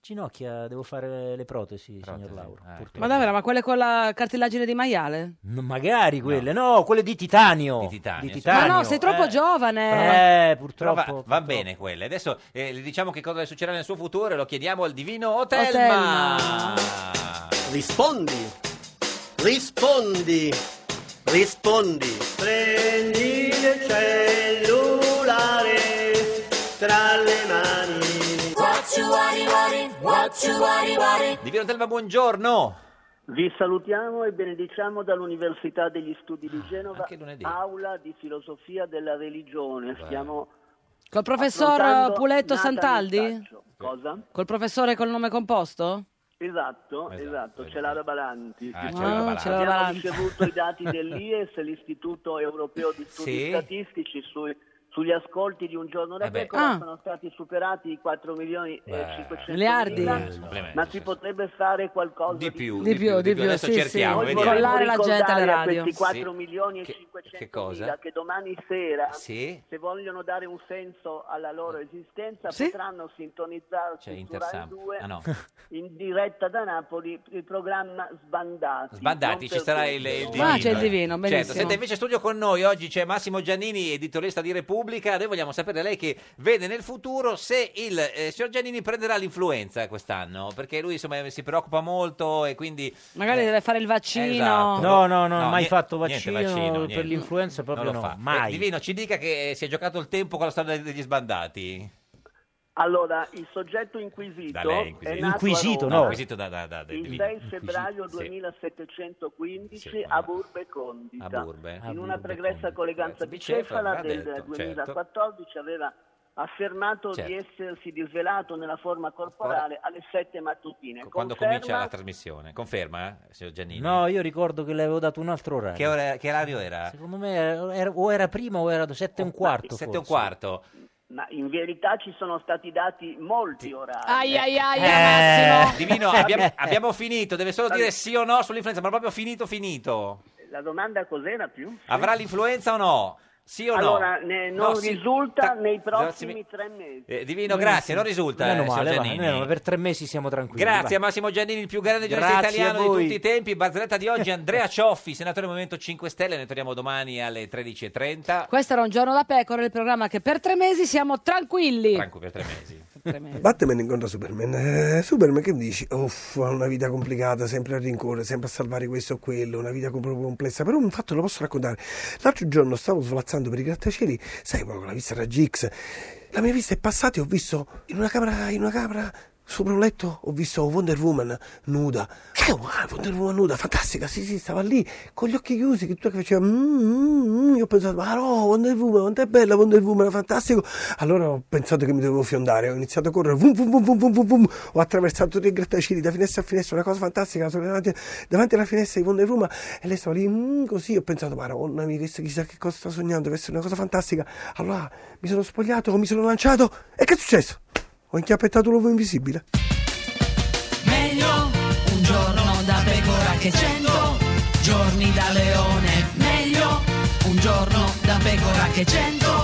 Ginocchia, devo fare le protesi, signor ah, Lauro. ecco. purtroppo. Ma davvero, ma quelle con la cartilagine di maiale? No, magari quelle, no. quelle di titanio. Di titanio. Ma no, sei troppo giovane. Eh, purtroppo. eh. Però va, va bene quella. Adesso eh, le diciamo che cosa succederà nel suo futuro e lo chiediamo al divino Otelma. Rispondi, rispondi, rispondi. Prendi il cellulare tra le mani. Divino Otelma, buongiorno. Vi salutiamo e benediciamo dall'Università degli Studi Ah, di Genova, aula di filosofia della religione. Stiamo Col professor affrontando eh, Puletto Nathan Santaldi? Mustaccio. Cosa? Col professore col nome composto? Esatto, esatto, c'è l'Ara Balanti. Ah, c'è l'Ara Ah, Balanti. c'è l'Ara Abbiamo Balanti. ricevuto i dati dell'IES, l'Istituto Europeo di Studi Sì. Statistici, sui- sugli ascolti di un giorno da Eh beh. pecora Ah. sono stati superati i 4 milioni e Beh. 500 Miliardi. mila, Eh, complimenti, ma si potrebbe fare qualcosa di più, Di più, di più, Adesso sì, cerchiamo, sì. vediamo. Mollare la gente alle Ricordare a radio. questi 4 Sì. milioni e Che- 500 che cosa? mila che domani sera, Sì. se vogliono dare un senso alla loro esistenza, Sì. potranno sintonizzarsi su C'è Rai Intersam. 2 Ah, no. in diretta da Napoli il programma Sbandati. Sbandati, Non ci sarà il, perduto. il divino. c'è il divino, Certo, benissimo. senta, invece in studio con noi oggi c'è Massimo Giannini, editorista di Repubblica. Noi vogliamo sapere da lei che vede nel futuro se il eh, signor Giannini prenderà l'influenza quest'anno, perché lui insomma eh, si preoccupa molto e quindi... Magari deve fare il vaccino. Eh. Esatto. No, no, no, mai nie- fatto niente vaccino per niente. l'influenza, proprio Non lo no, fa. mai. Eh, divino, ci dica che eh, si è giocato il tempo con la storia degli sbandati. Allora, il soggetto inquisito Da lei, è inquisito. nato a Roma Inquisito da, da, da, da il divino. 6 febbraio Sì. 2715 Sì, a Burbe Condita. A Burbe. In A una Burbe pregressa colleganza bicefala, bicefala l'ha del detto, 2014 aveva affermato Certo. di essersi disvelato nella forma corporale alle 7 mattutine. Quando Conferma- comincia la trasmissione? Conferma, eh, signor Giannini? No, io ricordo che le avevo dato un altro orario. Che, ora- che orario era? Secondo me era- era- o era prima o era 7 e un quarto. 7 Oh, e un forse. quarto. Ma in verità ci sono stati dati molti orari. Ai, ai, ai, Eh, Massimo. Divino, eh. abbiamo, abbiamo finito, deve solo dire sì o no sull'influenza, ma proprio finito, finito. La domanda cos'era più? Avrà l'influenza o no? Sì o Allora, no? ne- No, non sì. risulta nei prossimi- prossimi tre mesi. Eh, Divino, grazie, non risulta. eh, Meno signor male, va, Giannini. meno male, per tre mesi siamo tranquilli. Grazie a va. Massimo Giannini, il più grande giornalista Grazie a italiano di voi. tutti i tempi. Barzelletta di oggi, Andrea Cioffi, senatore del Movimento 5 Stelle. Ne torniamo domani alle 13.30. Questo era un giorno da pecora, il programma che per tre mesi siamo tranquilli. Franco per tre mesi. Batman incontra Superman. Eh, Superman che dici? Uff, ha una vita complicata, sempre a rincorrere, sempre a salvare questo o quello, una vita com- proprio complessa. Però un fatto lo posso raccontare. L'altro giorno stavo svolazzando per i grattacieli, sai, proprio con la vista raggi X. La mia vista è passata e ho visto in una camera, in una camera, sopra un letto, ho visto Wonder Woman nuda. Che wow, Wonder Woman nuda, fantastica, sì, sì, stava lì, con gli occhi chiusi, che tutto che faceva. mm, mm, mm. Io ho pensato, ma no, Wonder Woman, quanto è bella Wonder Woman, fantastico. Allora ho pensato che mi dovevo fiondare, ho iniziato a correre, vum, vum, vum, vum, vum, vum, vum. ho attraversato tutti i grattacieli da finestra a finestra, una cosa fantastica, sono davanti, davanti alla finestra di Wonder Woman e lei stava lì, mm, così, ho pensato, madonna mia, questo chissà che cosa sta sognando, deve essere una cosa fantastica. Allora mi sono spogliato, mi sono lanciato e che è successo? Ho inchiappettato l'uovo invisibile. Meglio un giorno da pecora che cento giorni da leone. Meglio un giorno da pecora che cento